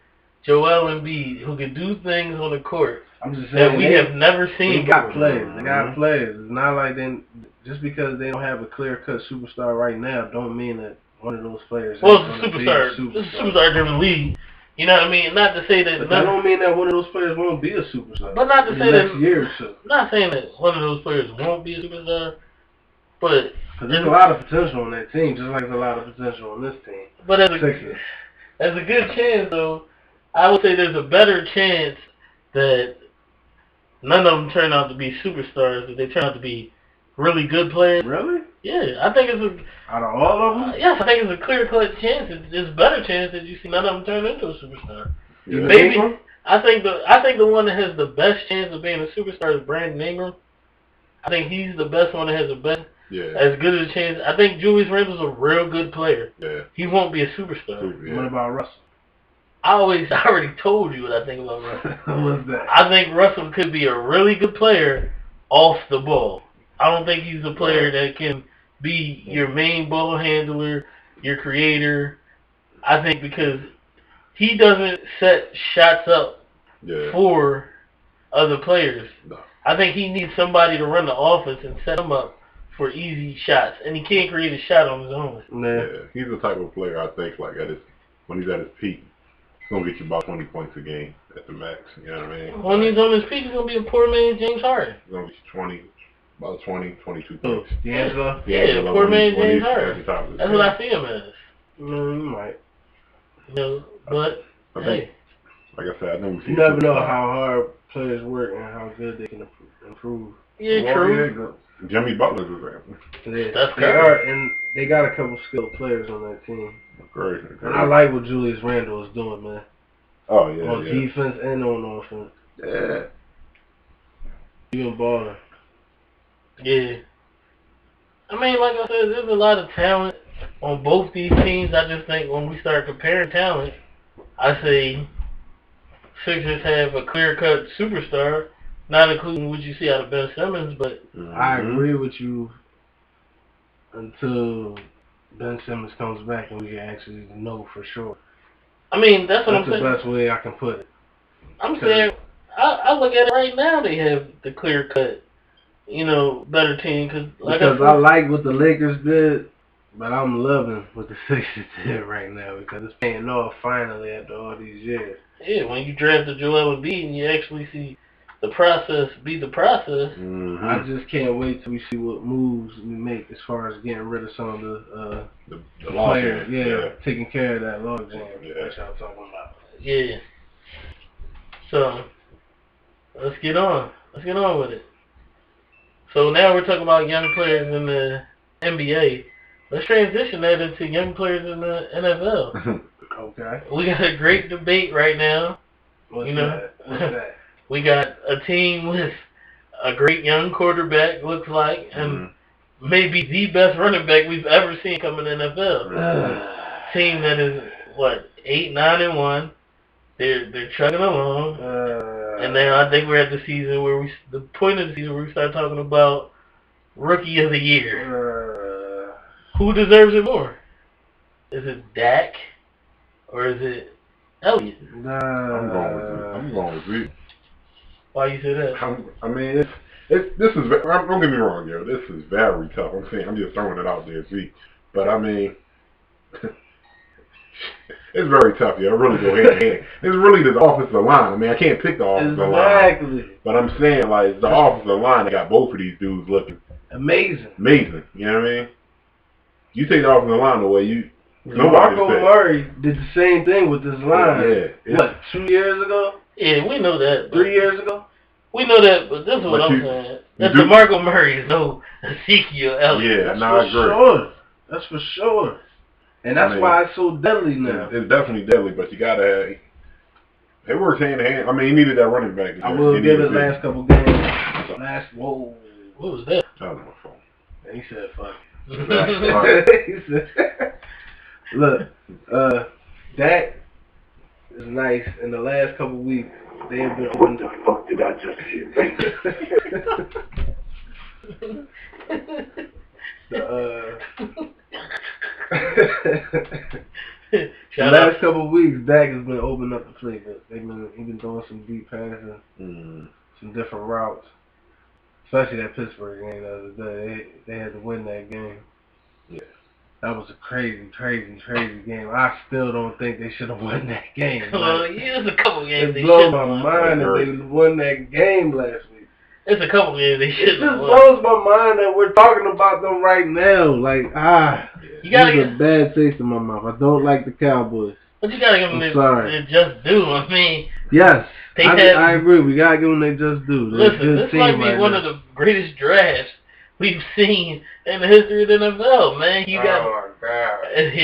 Speaker 1: Joel Embiid, who can do things on the court
Speaker 2: I'm just
Speaker 1: that
Speaker 2: saying
Speaker 1: we
Speaker 2: they,
Speaker 1: have never
Speaker 2: they
Speaker 1: seen. Mm-hmm.
Speaker 2: got
Speaker 1: before.
Speaker 2: players. They got players. It's not like they just because they don't have a clear cut superstar right now don't mean that one of those players.
Speaker 1: Well,
Speaker 2: ain't
Speaker 1: it's a
Speaker 2: gonna be
Speaker 1: superstar. It's a superstar-driven league. You know what I mean? Not to say that.
Speaker 2: But
Speaker 1: none-
Speaker 2: that don't mean that one of those players won't be a superstar.
Speaker 1: But not to
Speaker 2: in
Speaker 1: say
Speaker 2: the next
Speaker 1: that-
Speaker 2: year or so.
Speaker 1: I'm not saying that one of those players won't be a superstar, but
Speaker 2: Because there's a lot of potential on that team, just like there's a lot of potential on this team.
Speaker 1: but as a,
Speaker 2: Sixers.
Speaker 1: as a good chance though, I would say there's a better chance that none of them turn out to be superstars if they turn out to be really good players.
Speaker 2: Really?
Speaker 1: Yeah, I think it's a
Speaker 2: Out of all of
Speaker 1: uh,
Speaker 2: them?
Speaker 1: yes, I think it's a clear cut chance. It's, it's a better chance that you see none of them turn into a superstar.
Speaker 3: Yeah.
Speaker 2: You
Speaker 1: Maybe-
Speaker 2: think them?
Speaker 1: I think the I think the one that has the best chance of being a superstar is Brandon Ingram. I think he's the best one that has the best
Speaker 3: Yeah.
Speaker 1: as good as a chance. I think Julius Randle's a real good player.
Speaker 3: Yeah. Hmm.
Speaker 1: He won't be a superstar.
Speaker 3: Super, yeah.
Speaker 2: What about Russell?
Speaker 1: I always I already told you what I think about Russell.
Speaker 2: What's that?
Speaker 1: I think Russell could be a really good player off the ball. I don't think he's a player that can be your main ball handler, your creator. I think because he doesn't set shots up
Speaker 3: Yeah.
Speaker 1: for other players.
Speaker 3: No.
Speaker 1: I think he needs somebody to run the offense and set him up for easy shots, and he can't create a shot on his own.
Speaker 2: Nah.
Speaker 3: Yeah, he's the type of player I think like at his when he's at his peak, he's gonna get you about twenty points a game at the max. You know what I mean?
Speaker 1: When he's on his feet, he's gonna be a poor man James Harden.
Speaker 3: He's gonna get you twenty, about 20, 22
Speaker 2: Who?
Speaker 3: points.
Speaker 2: Oh, D'Angelo?
Speaker 1: Yeah,
Speaker 3: but
Speaker 1: poor
Speaker 3: when
Speaker 1: man
Speaker 3: he- when
Speaker 1: James
Speaker 3: he's at
Speaker 1: Harden.
Speaker 3: the top of his
Speaker 1: That's
Speaker 3: game.
Speaker 1: what I see him as.
Speaker 2: No, you might.
Speaker 1: You know, but
Speaker 3: I think,
Speaker 1: hey,
Speaker 3: like I said, I think we see
Speaker 2: You never know how hard players work and how good they can impro- improve.
Speaker 1: yeah, true.
Speaker 3: Jimmy Butler's example.
Speaker 2: They,
Speaker 1: Steph
Speaker 2: they
Speaker 1: Curry.
Speaker 2: are, and they got a couple skilled players on that team.
Speaker 3: Crazy.
Speaker 2: And I like what Julius Randle is doing, man.
Speaker 3: Oh yeah,
Speaker 2: on
Speaker 3: yeah.
Speaker 2: defense and on offense.
Speaker 3: yeah.
Speaker 2: He been balling.
Speaker 1: Yeah. I mean, like I said, there's a lot of talent on both these teams. I just think when we start comparing talent, I say Sixers have a clear-cut superstar, not including what you see out of Ben Simmons, but
Speaker 2: I
Speaker 1: Mm-hmm.
Speaker 3: Mm-hmm.
Speaker 2: agree with you until Ben Simmons comes back and we can actually know for sure.
Speaker 1: I mean, that's what
Speaker 2: That's
Speaker 1: I'm
Speaker 2: the
Speaker 1: saying.
Speaker 2: best way I can put it.
Speaker 1: I'm saying, I, I look at it right now. They have the clear cut, you know, better team cause like
Speaker 2: Because I
Speaker 1: I, said,
Speaker 2: like what the Lakers did, but I'm loving what the Sixers did right now because it's paying off finally after all these years.
Speaker 1: yeah, when you draft the Joel Embiid and you actually see the process be the process.
Speaker 3: hmm
Speaker 1: Mm-hmm.
Speaker 2: I just can't wait till we see what moves we make as far as getting rid of some of the uh,
Speaker 3: the, the loss
Speaker 2: players.
Speaker 3: is-
Speaker 2: Yeah, taking care of that log jam
Speaker 3: Yeah.
Speaker 2: that y'all talking about.
Speaker 1: Yeah. So let's get on. Let's get on with it. So now we're talking about young players in the NBA. Let's transition that into young players in the NFL.
Speaker 2: Okay.
Speaker 1: We got a great debate right now.
Speaker 2: What's
Speaker 1: You know?
Speaker 2: that? What's that?
Speaker 1: We got a team with a great young quarterback, looks like, and
Speaker 3: Mhm.
Speaker 1: maybe the best running back we've ever seen come in the NFL. Team that is what eight, nine, and one. They're they're chugging along,
Speaker 2: Uh,
Speaker 1: and now I think we're at the season where we the point of the season where we start talking about rookie of the year.
Speaker 2: Uh,
Speaker 1: Who deserves it more? Is it Dak or is it Elliott?
Speaker 2: nah.
Speaker 3: I'm going with you. I'm going with you.
Speaker 1: Why you say that?
Speaker 3: I'm, I mean, it's, it's this is. I'm, don't get me wrong, yo. This is very tough. I'm saying I'm just throwing it out there, see. But I mean, it's very tough, yo. It really go hand in hand. It's really the offensive line. I mean, I can't pick the offensive line,
Speaker 2: Exactly.
Speaker 3: but I'm saying like the offensive line they got both of these dudes looking
Speaker 2: Amazing.
Speaker 3: amazing. You know what I mean? You take the offensive line away, you nobody
Speaker 2: Marco
Speaker 3: said-
Speaker 2: Murray did the same thing with this line.
Speaker 3: Yeah, it's-
Speaker 2: What, two years ago?
Speaker 1: Yeah, we know that. but-
Speaker 2: Three years ago?
Speaker 1: We know that, but this is what
Speaker 3: But
Speaker 1: I'm
Speaker 3: you-
Speaker 1: saying.
Speaker 3: you
Speaker 1: That
Speaker 3: do-
Speaker 1: DeMarco Murray is no Ezekiel Elliott.
Speaker 3: Yeah,
Speaker 2: That's
Speaker 3: no, I
Speaker 2: for
Speaker 3: agree.
Speaker 2: sure. That's for sure. And
Speaker 3: I
Speaker 2: that's
Speaker 3: mean-
Speaker 2: why it's so deadly now.
Speaker 3: It's, it's definitely deadly, but you gotta have. It works hand in hand. I mean, he needed that running back.
Speaker 2: I will
Speaker 3: He
Speaker 2: give
Speaker 3: needed
Speaker 2: it last couple games. Last, whoa.
Speaker 1: What was that?
Speaker 3: That was my fault.
Speaker 2: He said, fuck.
Speaker 3: Exactly.
Speaker 2: He said- Look, uh, that is nice. In the last couple weeks, they have been. What the fuck did I just hear? the, uh, the
Speaker 1: Shout out.
Speaker 2: last couple weeks, Dak has been opening up the playbook. They've been he been throwing some deep passes,
Speaker 3: Mm.
Speaker 2: some different routes. Especially that Pittsburgh game the other day, they, they had to win that game.
Speaker 3: Yeah.
Speaker 2: That was a crazy, crazy, crazy game. I still don't think they should have won that game.
Speaker 1: Well,
Speaker 2: Like,
Speaker 1: Oh, yeah, there's a couple games
Speaker 2: it
Speaker 1: they
Speaker 2: blows
Speaker 1: should
Speaker 2: my
Speaker 1: have won.
Speaker 2: mind that they won that game last week.
Speaker 1: There's a couple games they
Speaker 2: It
Speaker 1: should
Speaker 2: just
Speaker 1: have won.
Speaker 2: blows my mind that we're talking about them right now. Like, ah,
Speaker 1: You gotta
Speaker 2: leaves a
Speaker 1: get,
Speaker 2: bad taste in my mouth. I don't like the Cowboys.
Speaker 1: but you gotta give them
Speaker 2: I'm
Speaker 1: their,
Speaker 2: sorry.
Speaker 1: their just due. I mean,
Speaker 2: Yes,
Speaker 1: They
Speaker 2: I,
Speaker 1: had-
Speaker 2: I agree. We gotta give them they just do. They're a
Speaker 1: listen,
Speaker 2: good
Speaker 1: this
Speaker 2: team
Speaker 1: might be
Speaker 2: right
Speaker 1: one
Speaker 2: now.
Speaker 1: of the greatest drafts we've seen in the history of the NFL, man. You got,
Speaker 2: oh my god.
Speaker 1: yeah.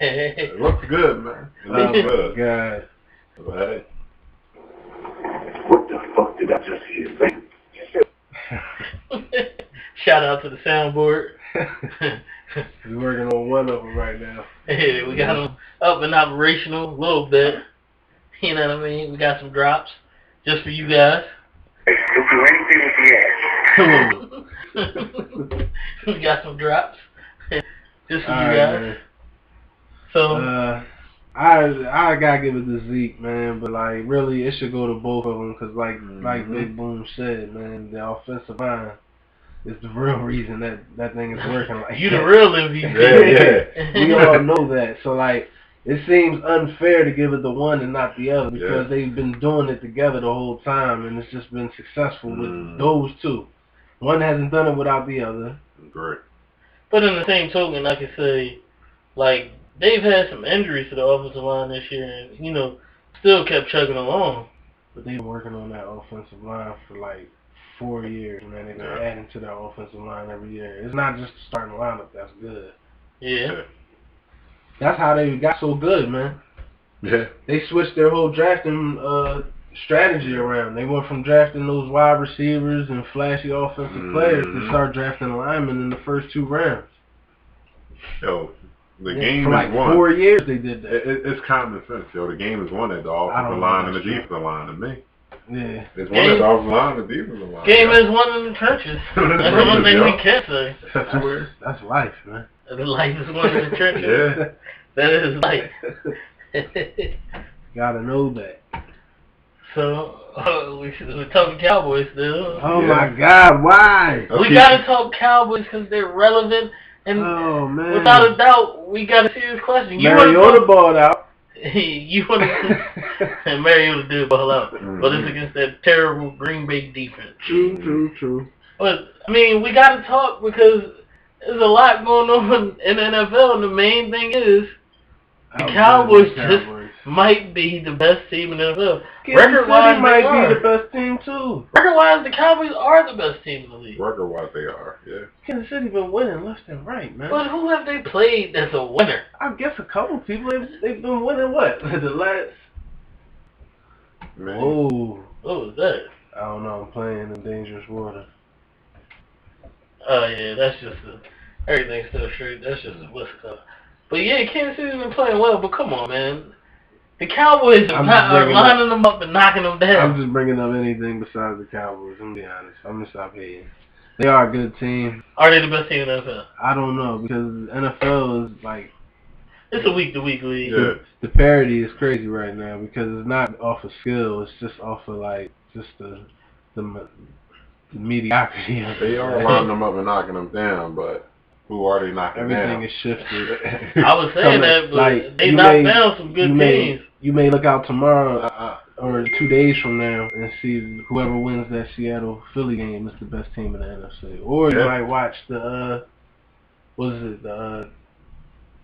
Speaker 3: It looks good, man.
Speaker 2: Oh
Speaker 3: It looks
Speaker 2: my
Speaker 3: good.
Speaker 2: god.
Speaker 3: But hey,
Speaker 4: What the fuck did I just hear?
Speaker 1: Shout out to the soundboard.
Speaker 2: We're working on one of them right now.
Speaker 1: Yeah, we got them up and operational a little bit. You know what I mean? We got some drops just for you guys.
Speaker 4: You'll do anything with the ass.
Speaker 1: we got some drops just for
Speaker 2: All
Speaker 1: you
Speaker 2: right,
Speaker 1: guys.
Speaker 2: man.
Speaker 1: So
Speaker 2: Uh, I I gotta give it to Zeke, man. But like, really, it should go to both of them because, like, like
Speaker 1: Mm-hmm.
Speaker 3: Mhm.
Speaker 2: Big Boom said, man, the offensive line is the real reason that that thing is working. Like,
Speaker 1: you
Speaker 2: that.
Speaker 1: the real MVP.
Speaker 3: Yeah, yeah.
Speaker 2: we all know that. So like, it seems unfair to give it to one and not the other because
Speaker 3: Yeah.
Speaker 2: they've been doing it together the whole time, and it's just been successful
Speaker 3: Mm.
Speaker 2: with those two. One hasn't done it without the other.
Speaker 3: Great.
Speaker 1: But in the same token, I can say, like, they've had some injuries to the offensive line this year and, you know, still kept chugging along.
Speaker 2: But they've been working on that offensive line for like four years, man. They've been
Speaker 3: Yeah.
Speaker 2: adding to their offensive line every year. It's not just the starting lineup that's good.
Speaker 1: Yeah.
Speaker 2: That's how they got so good, man.
Speaker 3: Yeah.
Speaker 2: They switched their whole drafting uh, strategy around. They went from drafting those wide receivers and flashy offensive players to
Speaker 3: Mhm.
Speaker 2: start drafting linemen in the first two rounds.
Speaker 3: Yo, the
Speaker 2: Yeah,
Speaker 3: game
Speaker 2: for
Speaker 3: is
Speaker 2: like
Speaker 3: won.
Speaker 2: four years they did
Speaker 3: It,
Speaker 2: that.
Speaker 3: it, it's common sense, yo. The game is won at the
Speaker 2: I
Speaker 3: offensive
Speaker 2: don't
Speaker 3: line
Speaker 2: know
Speaker 3: and the
Speaker 2: that shit.
Speaker 3: defensive line to me.
Speaker 2: Yeah.
Speaker 3: It's one at
Speaker 1: Game-
Speaker 3: the offensive line and the defensive line.
Speaker 1: Game
Speaker 3: yo.
Speaker 1: is one in the trenches.
Speaker 3: One in the
Speaker 1: That's the one
Speaker 3: trenches,
Speaker 1: thing
Speaker 3: yo.
Speaker 1: we can say.
Speaker 3: That's where-
Speaker 2: That's life, man.
Speaker 1: The life is one in the trenches.
Speaker 3: Yeah.
Speaker 1: That is life.
Speaker 2: Gotta know that.
Speaker 1: so, uh, we, should- we're talking Cowboys still.
Speaker 2: Oh
Speaker 3: Yeah.
Speaker 2: my God, why?
Speaker 1: We
Speaker 3: Okay. Uh,
Speaker 1: gotta talk Cowboys because they're relevant, and
Speaker 2: Oh man.
Speaker 1: without a doubt, we got a serious question. You
Speaker 2: Mariota
Speaker 1: want
Speaker 2: balled out.
Speaker 1: to? You want to? and Mariota did ball out, but it's
Speaker 3: Mhm.
Speaker 2: Mm-hmm.
Speaker 1: against that terrible Green Bay defense.
Speaker 2: true, true, true.
Speaker 1: But I mean, we gotta talk because there's a lot going on in the NFL, and the main thing is The
Speaker 2: Oh, man,
Speaker 1: Cowboys
Speaker 2: the
Speaker 1: just-
Speaker 2: Cowboys.
Speaker 1: might be the best team in the NFL.
Speaker 2: Kansas City
Speaker 1: Record-wise, they
Speaker 2: might
Speaker 1: are.
Speaker 2: be the best team too.
Speaker 1: Record-wise, the Cowboys are the best team in the league.
Speaker 3: Record wise, they are. Yeah.
Speaker 2: Kansas City been winning left and right, man.
Speaker 1: But who have they played that's a winner?
Speaker 2: I guess a couple people have, they've been winning what the last.
Speaker 3: Man.
Speaker 2: Oh,
Speaker 1: What was that?
Speaker 2: I don't know. I'm playing in dangerous water.
Speaker 1: Oh yeah, that's just a, everything's still straight. That's just a what's up. But yeah, Kansas City's been playing well. But come on, man, the Cowboys are,
Speaker 2: I'm
Speaker 1: not,
Speaker 2: just
Speaker 1: are
Speaker 2: bringing up-
Speaker 1: lining them up and knocking them
Speaker 2: I'm
Speaker 1: down.
Speaker 2: just bringing up anything besides the Cowboys. I'm gonna be honest. I'm gonna stop hating. They are a good team.
Speaker 1: Are they the best team in the NFL?
Speaker 2: I don't know because NFL is like
Speaker 1: It's a week to week league.
Speaker 3: Yeah.
Speaker 2: the parity is crazy right now because it's not off of skill. It's just off of like just the the, me- the mediocrity. Of
Speaker 3: They
Speaker 2: it.
Speaker 3: are lining them up and knocking them down, but who are they knocking
Speaker 2: Everything
Speaker 3: down?
Speaker 2: is shifted.
Speaker 1: I was saying
Speaker 2: Coming,
Speaker 1: that, but
Speaker 2: like,
Speaker 1: they
Speaker 2: you
Speaker 1: knocked
Speaker 2: may-
Speaker 1: down some good
Speaker 2: you may-
Speaker 1: teams.
Speaker 2: You may look out tomorrow
Speaker 3: uh-uh.
Speaker 2: or two days from now and see whoever wins that Seattle Philly game is the best team in the NFC. Or you
Speaker 3: Yeah.
Speaker 2: might watch the uh what is it, the uh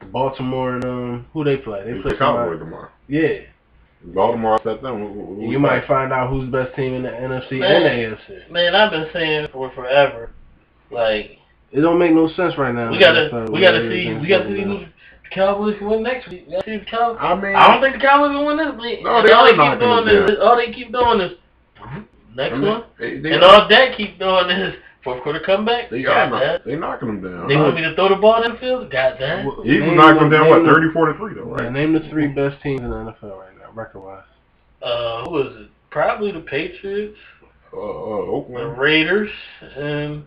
Speaker 2: the Baltimore and um who they play. They uh,
Speaker 3: It's
Speaker 2: play
Speaker 3: the Cowboys
Speaker 2: somebody-
Speaker 3: tomorrow.
Speaker 2: Yeah.
Speaker 3: Baltimore upset them. Who- who- who-
Speaker 2: You might find out who's the best team in the NFC
Speaker 1: Man.
Speaker 2: and the AFC.
Speaker 1: Man, I've been saying for forever, like
Speaker 2: It don't make no sense right now.
Speaker 1: we
Speaker 2: in
Speaker 1: gotta,
Speaker 2: the NFL,
Speaker 1: we
Speaker 2: where
Speaker 1: gotta see, we
Speaker 2: everything's
Speaker 1: gotta
Speaker 2: going
Speaker 1: see who
Speaker 2: down.
Speaker 1: the Cowboys can win next week. We gotta see the Cowboys.
Speaker 3: I mean,
Speaker 1: I don't think the Cowboys will win this league.
Speaker 3: No, they
Speaker 1: all
Speaker 3: are
Speaker 1: they keep
Speaker 3: knocking
Speaker 1: doing
Speaker 3: them
Speaker 1: is all they keep doing is next
Speaker 3: I mean,
Speaker 1: one,
Speaker 3: They, they,
Speaker 1: and uh, all that keep doing is fourth quarter comeback.
Speaker 3: they
Speaker 1: got
Speaker 3: are
Speaker 1: that.
Speaker 3: knock, they knocking them down.
Speaker 1: They want me to throw the ball in the field. Got that.
Speaker 2: Well,
Speaker 3: Eagles
Speaker 2: name
Speaker 3: knocked them
Speaker 2: the-
Speaker 3: down what
Speaker 2: name the-
Speaker 3: 34 to three though,
Speaker 2: Yeah,
Speaker 3: right?
Speaker 2: name the three best teams in the NFL right now, record wise.
Speaker 1: Uh, who is it? Probably the Patriots,
Speaker 3: Uh, uh,
Speaker 1: the
Speaker 3: Oakland.
Speaker 1: Raiders, and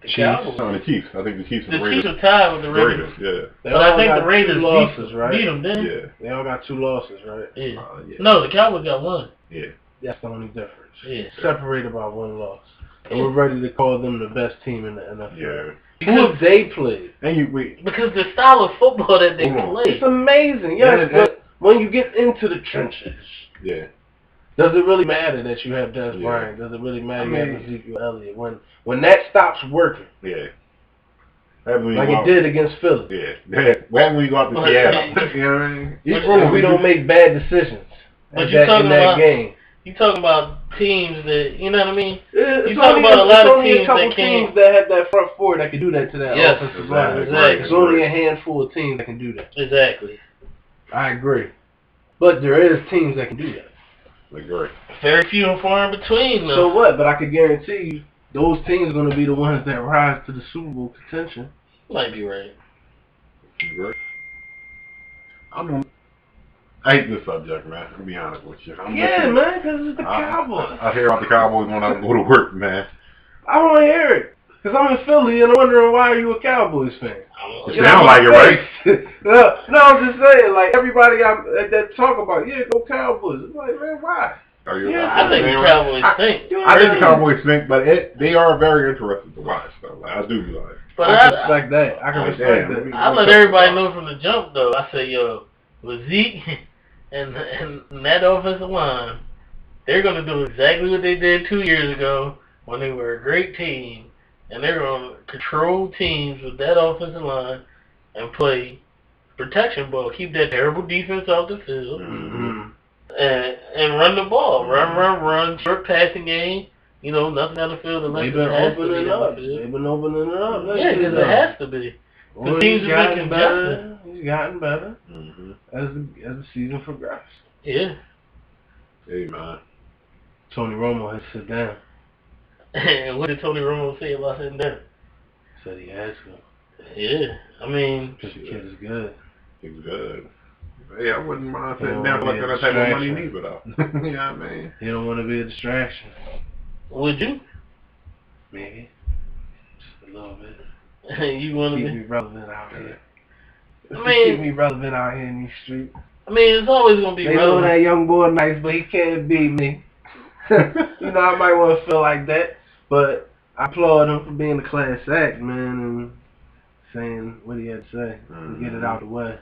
Speaker 1: the
Speaker 2: Chiefs.
Speaker 1: Cowboys.
Speaker 3: No, the Chiefs. I think the Chiefs
Speaker 1: The
Speaker 3: and
Speaker 1: Chiefs
Speaker 3: Raiders.
Speaker 1: are tied with the Raiders.
Speaker 3: Raiders.
Speaker 2: They
Speaker 1: But I
Speaker 2: all
Speaker 1: think
Speaker 2: got
Speaker 1: the Raiders
Speaker 2: two
Speaker 1: beat-
Speaker 2: losses, right?
Speaker 1: Beat them,
Speaker 3: Yeah,
Speaker 1: didn't
Speaker 3: yeah.
Speaker 2: They all got two losses, right?
Speaker 1: they? Yeah.
Speaker 3: Uh, yeah.
Speaker 1: No, the Cowboys got one.
Speaker 3: Yeah.
Speaker 2: That's the only difference.
Speaker 1: Yeah.
Speaker 2: Separated by one loss. And we're ready to call them the best team in the NFL.
Speaker 3: Yeah.
Speaker 2: Who have they played?
Speaker 3: And you wait.
Speaker 1: Because the style of football that they
Speaker 3: Hold on.
Speaker 1: play.
Speaker 2: It's amazing, yes,
Speaker 3: Yeah, that-
Speaker 2: but when you get into the trenches,
Speaker 3: Yeah.
Speaker 2: does it really matter that you have Des
Speaker 3: Yeah.
Speaker 2: Bryant? Does it really matter
Speaker 3: I
Speaker 2: you have
Speaker 3: mean-
Speaker 2: Ezekiel Elliott? When when that stops working,
Speaker 3: Yeah. That when you
Speaker 2: like
Speaker 3: go out-
Speaker 2: it did against Philly,
Speaker 3: Yeah. Yeah. What happened when you go out to
Speaker 1: But-
Speaker 3: Seattle? you know what I mean?
Speaker 1: But-
Speaker 3: Eagles,
Speaker 2: if we don't make bad decisions
Speaker 1: But
Speaker 2: in
Speaker 1: you
Speaker 2: that,
Speaker 1: talking
Speaker 2: in that
Speaker 1: about-
Speaker 2: game.
Speaker 1: You talking about teams that you know what I mean?
Speaker 2: It's
Speaker 1: talk
Speaker 2: only-
Speaker 1: about a lot
Speaker 2: it's
Speaker 1: of
Speaker 2: only
Speaker 1: teams
Speaker 2: a couple
Speaker 1: that can-
Speaker 2: teams that have that front four that can do that to that
Speaker 1: Yes,
Speaker 2: offensive
Speaker 3: exactly.
Speaker 2: line.
Speaker 1: Exactly.
Speaker 2: It's only a handful of teams that can do that.
Speaker 1: Exactly.
Speaker 2: I agree, but there is teams that can do that.
Speaker 3: Like, great.
Speaker 1: Very few and far in between. Though.
Speaker 2: So what? But I can guarantee you, those teams are going to be the ones that rise to the Super Bowl contention.
Speaker 1: Might be right.
Speaker 3: Great. I'm on. I hate this subject, man. I'm gonna be honest with you. I'm
Speaker 2: yeah,
Speaker 3: listening.
Speaker 2: man, because it's the
Speaker 3: I,
Speaker 2: Cowboys.
Speaker 3: I, I hear about the Cowboys when I go to work, man.
Speaker 2: I don't want to hear it. Cause I'm in Philly and I'm wondering why are you a Cowboys fan?
Speaker 1: I'm-
Speaker 2: You
Speaker 3: It
Speaker 1: yeah.
Speaker 2: know
Speaker 3: sound
Speaker 2: what
Speaker 3: like
Speaker 2: I'm
Speaker 3: it, right?
Speaker 2: saying? no, no, I'm just saying, like everybody I that talk about, yeah, go Cowboys. I'm like, man, why?
Speaker 3: Are you?
Speaker 2: Yeah,
Speaker 1: I think the Cowboys think.
Speaker 2: You know what
Speaker 3: I
Speaker 2: I'm
Speaker 3: think the
Speaker 2: saying?
Speaker 3: Cowboys think, but it, they are very interested to watch though. Like, I do be like,
Speaker 1: But
Speaker 2: I can
Speaker 1: I,
Speaker 2: respect that. I can
Speaker 3: Like,
Speaker 2: respect
Speaker 3: damn,
Speaker 2: that.
Speaker 3: we-
Speaker 1: I let everybody know from the jump though. I say, yo, with Zeke and and that offensive line, they're gonna do exactly what they did two years ago when they were a great team, and they're gonna control teams with that offensive line and play protection ball, keep that terrible defense off the field,
Speaker 3: mm-hmm,
Speaker 2: Mhm.
Speaker 1: and and run the ball, run, run, run, short passing game. You know, nothing out of the field unless it
Speaker 2: They've been
Speaker 1: has to
Speaker 2: opening
Speaker 1: be
Speaker 2: it
Speaker 1: out of
Speaker 2: up.
Speaker 1: the field.
Speaker 2: They've been opening it up.
Speaker 1: Yeah, because it has to be.
Speaker 2: Well,
Speaker 1: the teams
Speaker 2: he's
Speaker 1: are
Speaker 2: gotten
Speaker 1: making
Speaker 2: better. He's gotten better
Speaker 3: hmm
Speaker 2: as the as the season progressed.
Speaker 1: Yeah.
Speaker 3: Hey man,
Speaker 2: Tony Romo has sit down.
Speaker 1: And what did Tony Romo say about sitting down?
Speaker 2: Said he has to.
Speaker 1: Yeah, I mean,
Speaker 2: Because the kid is good.
Speaker 3: he's good. Hey, I wouldn't mind sitting
Speaker 2: Oh,
Speaker 3: down
Speaker 2: yeah,
Speaker 3: looking at that type of money
Speaker 2: distraction.
Speaker 3: neither though. you know what I mean?
Speaker 2: He don't want to be a distraction.
Speaker 1: would you?
Speaker 2: Maybe. Just a little bit.
Speaker 1: you want to
Speaker 2: Keep
Speaker 1: be?
Speaker 2: me relevant out here.
Speaker 1: I mean-
Speaker 2: keep me relevant out here in these streets.
Speaker 1: I mean, it's always gonna be
Speaker 2: They know
Speaker 1: relevant.
Speaker 2: that young boy nice, but he can't beat me. you know, I might want to feel like that, but I applaud him for being a class act, man, and saying what he had to say. and Get it out of the way.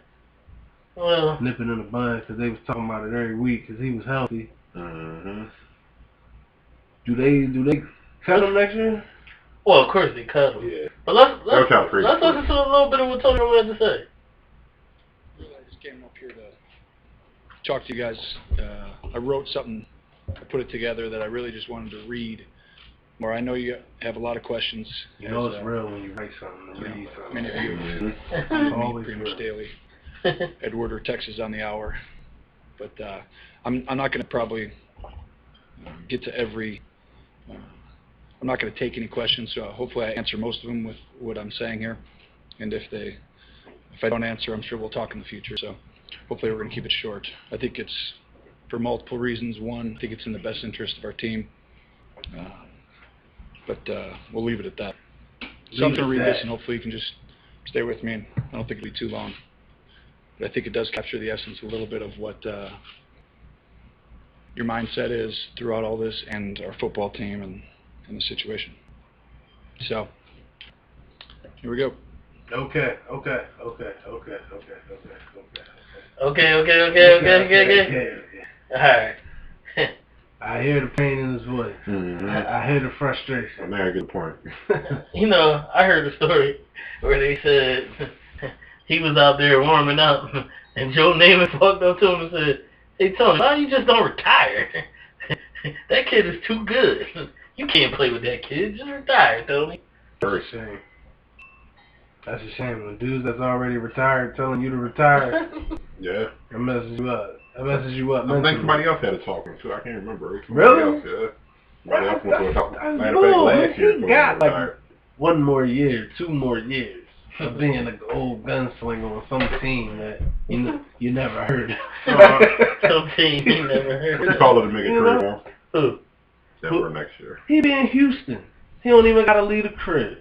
Speaker 1: Well,
Speaker 2: Nipping in the bud, because they was talking about it every week, because he was healthy.
Speaker 3: Mm-hmm.
Speaker 2: Do they, do they cut him next year?
Speaker 1: well, of course they cut him.
Speaker 3: Yeah.
Speaker 1: But let's
Speaker 3: That was
Speaker 1: let's,
Speaker 3: kind of crazy.
Speaker 1: let's listen to a little bit of what Tony Romo had to say.
Speaker 5: Really, I just came up here to talk to you guys. Uh, I wrote something, I put it together that I really just wanted to read. Where I know you have a lot of questions.
Speaker 2: You know
Speaker 5: as,
Speaker 2: it's
Speaker 5: uh,
Speaker 2: real when you write something, and
Speaker 5: you
Speaker 2: read
Speaker 5: know,
Speaker 2: something.
Speaker 5: many of you
Speaker 3: Mhm.
Speaker 5: read me
Speaker 2: Always
Speaker 5: pretty
Speaker 2: real.
Speaker 5: much daily. Edward or Texas on the hour. But uh, I'm I'm not going to probably uh, get to every. Uh, I'm not going to take any questions, so hopefully I answer most of them with what I'm saying here. And if they, if I don't answer, I'm sure we'll talk in the future. So hopefully we're going to keep it short. I think it's for multiple reasons. One, I think it's in the best interest of our team. Uh, but uh, we'll leave it at that. So I'm
Speaker 2: Leave it
Speaker 5: going to
Speaker 2: at
Speaker 5: read
Speaker 2: that.
Speaker 5: this, and hopefully you can just stay with me. And I don't think it'll be too long but I think it does capture the essence a little bit of what uh, your mindset is throughout all this and our football team and, and the situation. So, here we go.
Speaker 2: Okay, okay, okay, okay, okay, okay, okay.
Speaker 1: okay, okay, okay, okay, okay, okay.
Speaker 2: okay.
Speaker 1: All right.
Speaker 2: I hear the pain in his voice.
Speaker 3: Mm-hmm.
Speaker 2: I, I hear the
Speaker 3: But
Speaker 2: frustration.
Speaker 3: now I get the point.
Speaker 1: You know, I heard a story where they said he was out there warming up, and Joe Namath walked up to him and said, "Hey Tony, why you just don't retire? that kid is too good. You can't play with that kid. Just retire, Tony."
Speaker 2: That's a shame. That's a shame. When dudes that's already retired telling you to retire,
Speaker 3: Yeah.
Speaker 2: I messes you up. I messes you up.
Speaker 3: I think
Speaker 2: mentally.
Speaker 3: somebody else had a talking too. I can't remember. It was
Speaker 2: Really?
Speaker 3: somebody Else, yeah.
Speaker 2: Right,
Speaker 3: Somebody else went to a
Speaker 2: that's-
Speaker 3: talking.
Speaker 2: I
Speaker 3: Matter of fact,
Speaker 2: know,
Speaker 3: last
Speaker 2: he
Speaker 3: year somebody
Speaker 2: got, like,
Speaker 3: retired.
Speaker 2: One more year, two more years of being an old gunslinger on some team that you know, you never heard.
Speaker 3: Uh-huh.
Speaker 2: of.
Speaker 1: Some team he never heard
Speaker 3: What you
Speaker 1: of.
Speaker 3: call it to make it
Speaker 2: You
Speaker 3: three
Speaker 2: know? Uh,
Speaker 3: more?
Speaker 1: Who?
Speaker 3: That
Speaker 2: Who-
Speaker 3: for next year.
Speaker 2: he be in Houston. He don't even gotta leave the crib.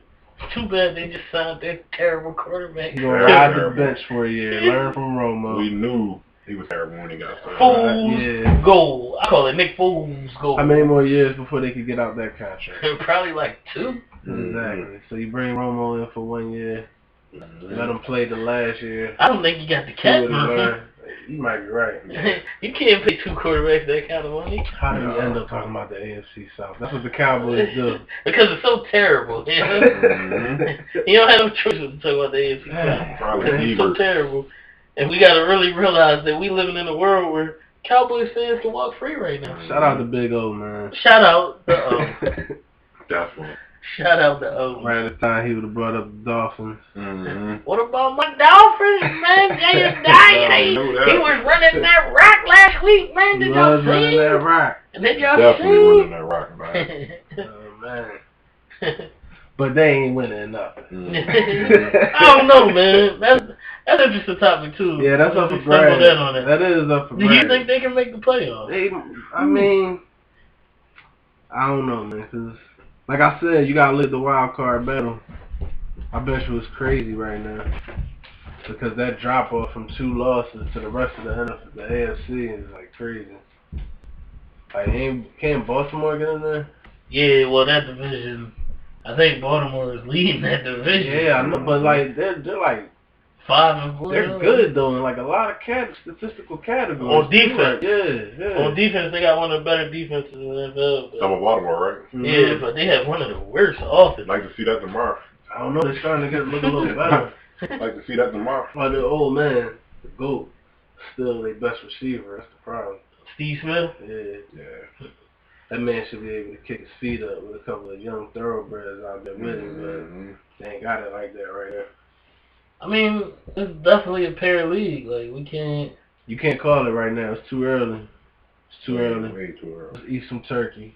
Speaker 1: Too bad they just signed that terrible quarterback.
Speaker 2: He gonna ride the bench for a year, learn from Romo.
Speaker 3: We knew he was terrible when he got signed.
Speaker 2: Oh.
Speaker 1: Fool.
Speaker 2: Yeah.
Speaker 1: goal. I call it Nick Foles goal.
Speaker 2: How many more years before they could get out that contract?
Speaker 1: Probably like two.
Speaker 3: Mhm.
Speaker 2: Exactly. So you bring Romo in for one year, let him play the last year.
Speaker 1: I don't think he got the
Speaker 2: see
Speaker 1: cap.
Speaker 2: what he learn. You might be right.
Speaker 1: you can't pay two quarterbacks that kind of money.
Speaker 2: How did we end up talking about the AFC South? That's what the Cowboys do. Mm-hmm.
Speaker 1: because it's so terrible. You, know? you don't have no choice but to talk about the AFC South.
Speaker 3: Probably
Speaker 1: It's so
Speaker 3: Ebert.
Speaker 1: terrible. And we got to really realize that we living in a world where Cowboys fans can walk free right now.
Speaker 2: Shout out to Big O, man.
Speaker 1: Shout out the O.
Speaker 3: Definitely.
Speaker 1: Shout out the O.
Speaker 2: right at the time he would have brought up the Dolphins.
Speaker 3: Mm-hmm.
Speaker 1: What about my Dolphins, man? They are dying.
Speaker 3: No, no
Speaker 1: he
Speaker 3: doubt.
Speaker 1: was running that rock last week, man.
Speaker 2: He
Speaker 1: Did y'all
Speaker 2: was running
Speaker 1: see?
Speaker 2: that rock.
Speaker 1: Did
Speaker 3: Definitely
Speaker 1: y'all
Speaker 3: running that rock back.
Speaker 2: Oh, man.
Speaker 1: see?
Speaker 2: But they ain't winning nothing.
Speaker 3: Mhm.
Speaker 1: I don't know, man. That's that's an interesting topic too.
Speaker 2: Yeah, that's
Speaker 1: We
Speaker 2: up for
Speaker 1: can stumble
Speaker 2: grabs.
Speaker 1: that on it.
Speaker 2: That is up for
Speaker 1: Do you
Speaker 2: grabs.
Speaker 1: think they can make the playoffs?
Speaker 2: They, I mean, I don't know, man. Cause Like I said, you gotta live the wild card battle. I bet you it's crazy right now because that drop off from two losses to the rest of the NFL, the AFC is like crazy. Like, ain't- can't Baltimore get in there?
Speaker 1: Yeah, well, that division. I think Baltimore is leading that division.
Speaker 2: Yeah, I know, but like they're they're like
Speaker 1: five and four.
Speaker 2: they're good though in like a lot of cat statistical categories.
Speaker 1: On defense.
Speaker 2: yeah, yeah.
Speaker 1: On defense, they got one of the better defenses in the NFL. but-
Speaker 3: I'm a Baltimore, right?
Speaker 2: Mm-hmm.
Speaker 1: Yeah, but they have one of the worst offenses.
Speaker 3: I'd like to see that tomorrow.
Speaker 2: I don't know. They're starting to get look a little better.
Speaker 3: I'd like to see that tomorrow.
Speaker 2: But the old man, the goat, still their best receiver. That's the problem.
Speaker 1: Steve Smith.
Speaker 2: Yeah,
Speaker 3: Yeah.
Speaker 2: that man should be able to kick his feet up with a couple of young thoroughbreds out there with him,
Speaker 3: Mhm.
Speaker 2: but they ain't got it like that right there.
Speaker 1: I mean, it's definitely a pair league. Like we can't.
Speaker 2: You can't call it right now. It's too early. It's too early.
Speaker 3: Way too early.
Speaker 2: Let's eat some turkey.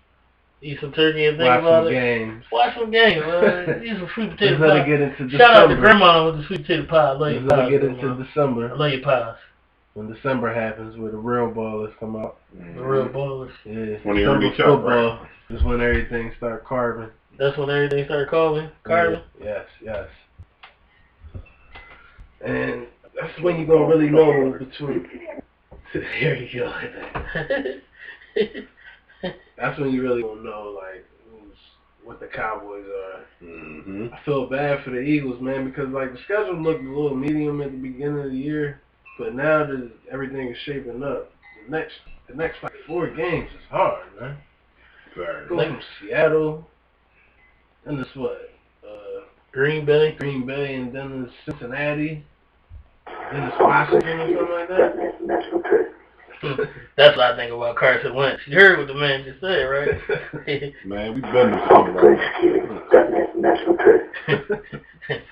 Speaker 1: Eat some turkey and think
Speaker 2: Watch
Speaker 1: about
Speaker 2: some
Speaker 1: it.
Speaker 2: games.
Speaker 1: Watch some games. Man. Eat some sweet potato
Speaker 2: Let's let it
Speaker 1: pie.
Speaker 2: get into December.
Speaker 1: Shout out to Grandma with the sweet potato pie. I love
Speaker 2: Let's
Speaker 1: your
Speaker 2: let it
Speaker 1: pies.
Speaker 2: get
Speaker 1: grandma.
Speaker 2: into
Speaker 1: I
Speaker 2: December.
Speaker 1: love your pies.
Speaker 2: When December happens, where the real ballers come out.
Speaker 1: The real
Speaker 2: Mm-hmm.
Speaker 1: ballers.
Speaker 2: Yeah,
Speaker 3: When they
Speaker 2: December
Speaker 3: really chop,
Speaker 2: football is when everything start carving.
Speaker 1: That's when everything started calling. Carving.
Speaker 2: Yes, yes. And that's when you gonna really know between. there you go. That's when you really gonna know like who's what the Cowboys are.
Speaker 3: Mm-hmm.
Speaker 2: I feel bad for the Eagles, man, because like the schedule looked a little medium at the beginning of the year, but now that everything is shaping up, the next the next like four games is hard, man. Go
Speaker 3: Sorry.
Speaker 2: from Seattle, and it's what. Uh,
Speaker 1: Green Bay.
Speaker 2: Green Bay and then it's Cincinnati. Then it's Washington or something like that.
Speaker 1: That's what I think about Carson Wentz. You heard what the man just said, right?
Speaker 3: Man, we've been to something like that.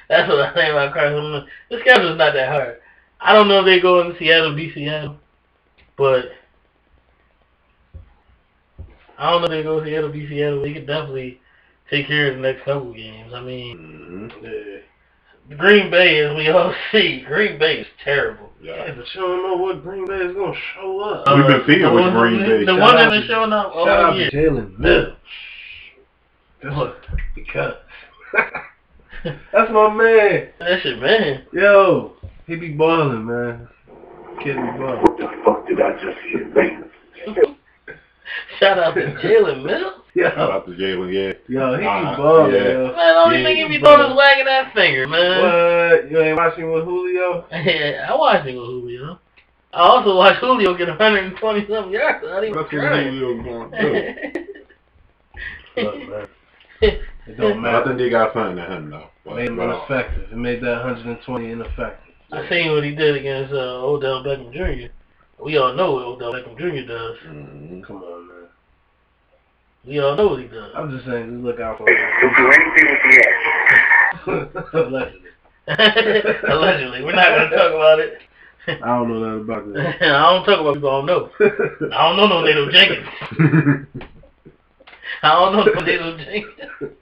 Speaker 1: That's what I think about Carson Wentz. The schedule's not that hard. I don't know if they go in Seattle, beat Seattle, but I don't know if they go Seattle, beat Seattle. They could definitely take care of the next couple games. I mean,
Speaker 3: Mm-hmm.
Speaker 2: Yeah.
Speaker 1: Green Bay, as we all see, Green Bay is terrible.
Speaker 3: Yeah.
Speaker 2: but you don't know what Green Bay is gonna show up.
Speaker 3: We've been seeing
Speaker 1: Uh, the
Speaker 3: with
Speaker 1: one-
Speaker 3: Green Bay.
Speaker 1: The
Speaker 2: Shout
Speaker 1: one that's
Speaker 2: out
Speaker 1: been
Speaker 2: to-
Speaker 1: showing up oh,
Speaker 2: Shout
Speaker 1: all
Speaker 2: out
Speaker 1: year.
Speaker 2: to Jalen Mills. That's because that's my man.
Speaker 1: That shit, man.
Speaker 2: Yo, he be balling, man. Kid be balling.
Speaker 4: What the fuck did I just hear, man?
Speaker 1: Shout out to Jalen Mills.
Speaker 3: Shout
Speaker 2: Yo,
Speaker 3: out to Jalen, yeah.
Speaker 2: yo, he be
Speaker 3: Nah,
Speaker 2: balling,
Speaker 3: yeah.
Speaker 2: yo.
Speaker 1: Man, don't
Speaker 2: Yeah,
Speaker 1: even
Speaker 2: he
Speaker 1: get me
Speaker 2: ball.
Speaker 1: throwing his wagging that finger, man.
Speaker 2: What? You ain't watching with Julio?
Speaker 1: I watched it with Julio. I also watched Julio get 120 something yards. I didn't even
Speaker 3: That's what
Speaker 1: try.
Speaker 3: Julio going through.
Speaker 2: Look, man. It don't
Speaker 3: I think
Speaker 2: matter.
Speaker 3: they got something to him, though. But, uh,
Speaker 2: Made him
Speaker 3: but,
Speaker 2: ineffective. It made that 120 ineffective.
Speaker 1: I seen what he did against uh, Odell Beckham Jr. We all know what Odell Beckham Jr. does.
Speaker 3: mhm.
Speaker 2: Come on, man.
Speaker 1: We all know what he does.
Speaker 2: I'm just saying, just look out for
Speaker 4: You'll do anything with the ass.
Speaker 2: Allegedly.
Speaker 1: Allegedly. We're not going to talk about it.
Speaker 2: I don't know nothing about
Speaker 1: I don't talk about people I don't know.
Speaker 2: this.
Speaker 1: I don't know no Nato Jenkins. I don't know no Nato Jenkins.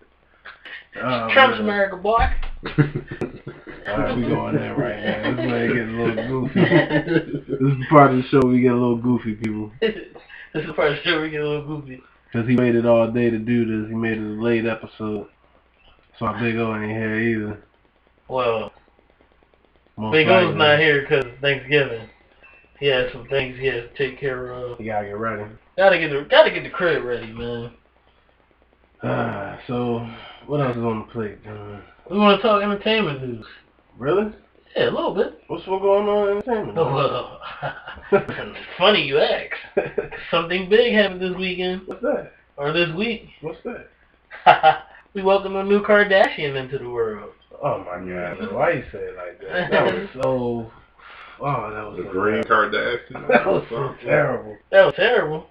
Speaker 2: Oh,
Speaker 1: Trump's
Speaker 2: man.
Speaker 1: America boy.
Speaker 2: All right, we going in right now. This is where it gets a little goofy. This is part of the show where we get a little goofy, people.
Speaker 1: this is probably sure we get a little goofy.
Speaker 2: Because he waited all day to do this. He made it a late episode. So my big O ain't here either.
Speaker 1: Well,
Speaker 2: Most
Speaker 1: Big O's
Speaker 2: likely.
Speaker 1: not here because Thanksgiving. He has some things he has to take care of.
Speaker 2: He gotta get ready.
Speaker 1: Gotta get the gotta get the crib ready, man.
Speaker 2: Ah, so, what else is on the plate? Uh,
Speaker 1: We want to talk entertainment news.
Speaker 2: really?
Speaker 1: Yeah, a little bit.
Speaker 2: What's what going on in entertainment?
Speaker 1: Oh, well, funny you ask. Something big happened this weekend
Speaker 2: What's that?
Speaker 1: or this week.
Speaker 2: What's that?
Speaker 1: we welcomed a new Kardashian into the world.
Speaker 2: Oh my
Speaker 3: Yeah.
Speaker 2: god, man, why you say it like that? That was so. Oh, that was
Speaker 3: the
Speaker 2: so
Speaker 3: Green
Speaker 2: terrible.
Speaker 3: Kardashian.
Speaker 2: That was so terrible.
Speaker 1: That was terrible.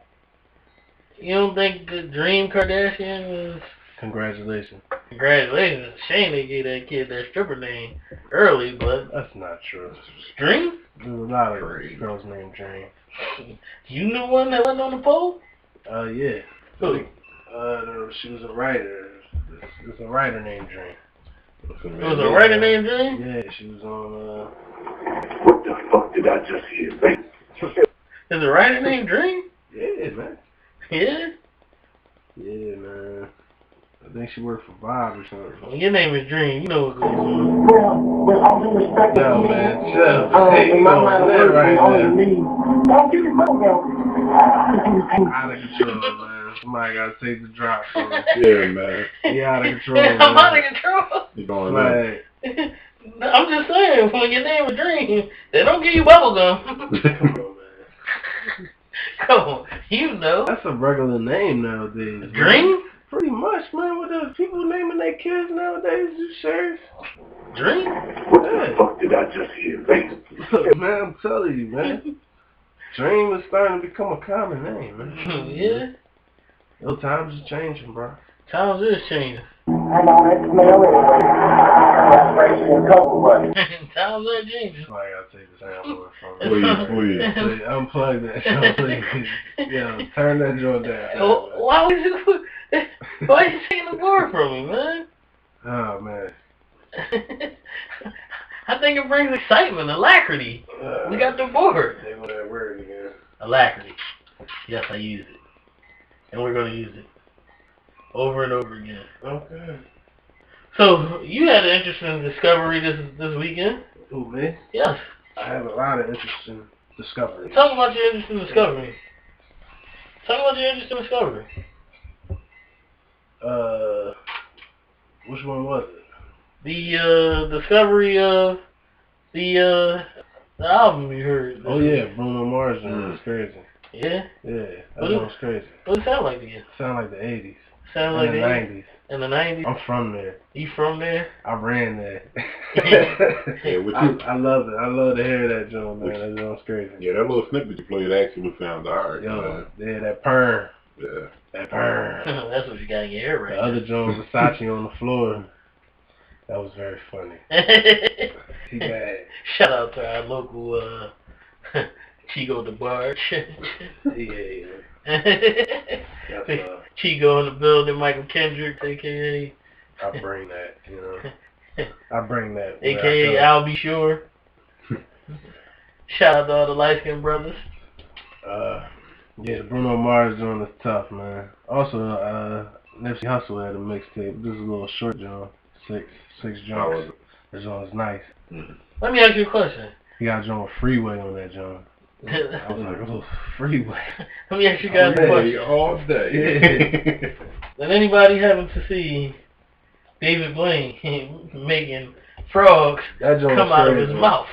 Speaker 1: You don't think the Dream Kardashian was
Speaker 2: Congratulations.
Speaker 1: Congratulations. Shame they gave that kid that stripper name early, but
Speaker 2: That's not true.
Speaker 1: Dream?
Speaker 2: There's a lot of
Speaker 3: Green.
Speaker 2: girls named Jane.
Speaker 1: You knew one that wasn't on the poll?
Speaker 2: Uh, yeah.
Speaker 1: Who?
Speaker 2: Uh, there- she was a writer. There's- There's a writer named Jane.
Speaker 1: It was a writer named Dream?
Speaker 2: Yeah, she was on. Uh,
Speaker 4: What the fuck did I just hear, man?
Speaker 1: Is a writer named Dream?
Speaker 2: yeah, man.
Speaker 1: Yeah.
Speaker 2: Yeah, man. think she worked for Bob or something.
Speaker 1: Your name is Dream. You know what goes on.
Speaker 6: Well, with all due respect,
Speaker 2: No, man. Chill.
Speaker 6: uh,
Speaker 4: Oh,
Speaker 2: Hey,
Speaker 6: in
Speaker 2: you
Speaker 6: my
Speaker 2: know,
Speaker 6: mind,
Speaker 2: that right
Speaker 6: I only
Speaker 2: there.
Speaker 6: need. Don't get it wrong, though.
Speaker 2: Out of control, man. Somebody gotta take the drop for her.
Speaker 3: Yeah, man.
Speaker 2: You out of control,
Speaker 1: I'm out of
Speaker 2: man.
Speaker 1: control.
Speaker 3: You going in.
Speaker 2: Like,
Speaker 1: I'm just saying, when your name is Dream, they don't give you bubble gum. Come on, you know.
Speaker 2: that's a regular name nowadays. man.
Speaker 1: Dream?
Speaker 2: Pretty much, man. What the people naming their kids nowadays? You serious?
Speaker 1: Dream?
Speaker 4: What the fuck did I just hear, man?
Speaker 2: Look, man, I'm telling you, man. Dream is starting to become a common name, man.
Speaker 1: yeah.
Speaker 2: Your times is changing, bro.
Speaker 1: Times is changing.
Speaker 6: I know that smell anyway. That's fresh and cold, but
Speaker 1: Times are changing.
Speaker 2: Somebody gotta take this handle from me.
Speaker 3: Please, please.
Speaker 2: Please, Unplug that. Please. yeah, turn that joint down.
Speaker 1: Wh- Why would you? Why are you taking the board from me, man?
Speaker 2: Oh man.
Speaker 1: I think it brings excitement, alacrity.
Speaker 2: Uh,
Speaker 1: We got the board.
Speaker 2: They want that word again.
Speaker 1: Alacrity. Yes, I used it. And we're going to use it. Over and over again.
Speaker 2: Okay.
Speaker 1: So, you had an interesting discovery this this weekend?
Speaker 2: Ooh man,
Speaker 1: Yes.
Speaker 2: I have a lot of interesting discoveries.
Speaker 1: Talk about your interesting discovery. Talk about your interesting discovery.
Speaker 2: Uh, which one was it?
Speaker 1: The uh, discovery of the uh, the album you heard.
Speaker 2: Oh yeah, Bruno Mars. and
Speaker 3: Mm.
Speaker 2: It's crazy.
Speaker 1: Yeah?
Speaker 2: Yeah, that
Speaker 1: What is-
Speaker 2: song's crazy.
Speaker 1: What it sound like to you?
Speaker 2: Sound like the '80s
Speaker 1: Sound
Speaker 2: and
Speaker 1: like
Speaker 2: the
Speaker 1: the
Speaker 2: '90s.
Speaker 1: in the 90s?
Speaker 2: I'm from there.
Speaker 1: You from there?
Speaker 2: I ran there.
Speaker 3: Yeah, with
Speaker 2: I,
Speaker 3: you.
Speaker 2: I love it. I love to hear that joint, man. That joint's crazy.
Speaker 3: Yeah, that little snippet you played actually sounded alright.
Speaker 2: Yo,
Speaker 3: man.
Speaker 2: yeah, that purr.
Speaker 3: Yeah.
Speaker 2: That purr.
Speaker 1: That's what you gotta get here
Speaker 2: The
Speaker 1: right.
Speaker 2: other John Versace on the floor. That was very funny. He bad.
Speaker 1: Shout out to our local uh, Chico DeBarge.
Speaker 2: Yeah, yeah. That's, uh,
Speaker 1: Chico in the building, Michael Kendrick, aka
Speaker 2: I bring that, you know. I bring that. where I
Speaker 1: aka
Speaker 2: go.
Speaker 1: I'll be sure. Shout out to all the light skinned brothers.
Speaker 2: Uh, yeah, Bruno Mars doing this tough, man. Also, uh, Nipsey Hussle had a mixtape. This is a little short, John. Six, six
Speaker 3: How was
Speaker 2: joints. That joint's nice.
Speaker 1: Let me ask you a question.
Speaker 2: He got John Freeway on that joint. I was like, oh, Freeway.
Speaker 1: Let me ask you guys a
Speaker 2: Yeah.
Speaker 1: question.
Speaker 3: Hey, all day.
Speaker 1: Did anybody happen to see David Blaine making frogs
Speaker 2: That joint's
Speaker 1: come out of
Speaker 2: crazy.
Speaker 1: his mouth?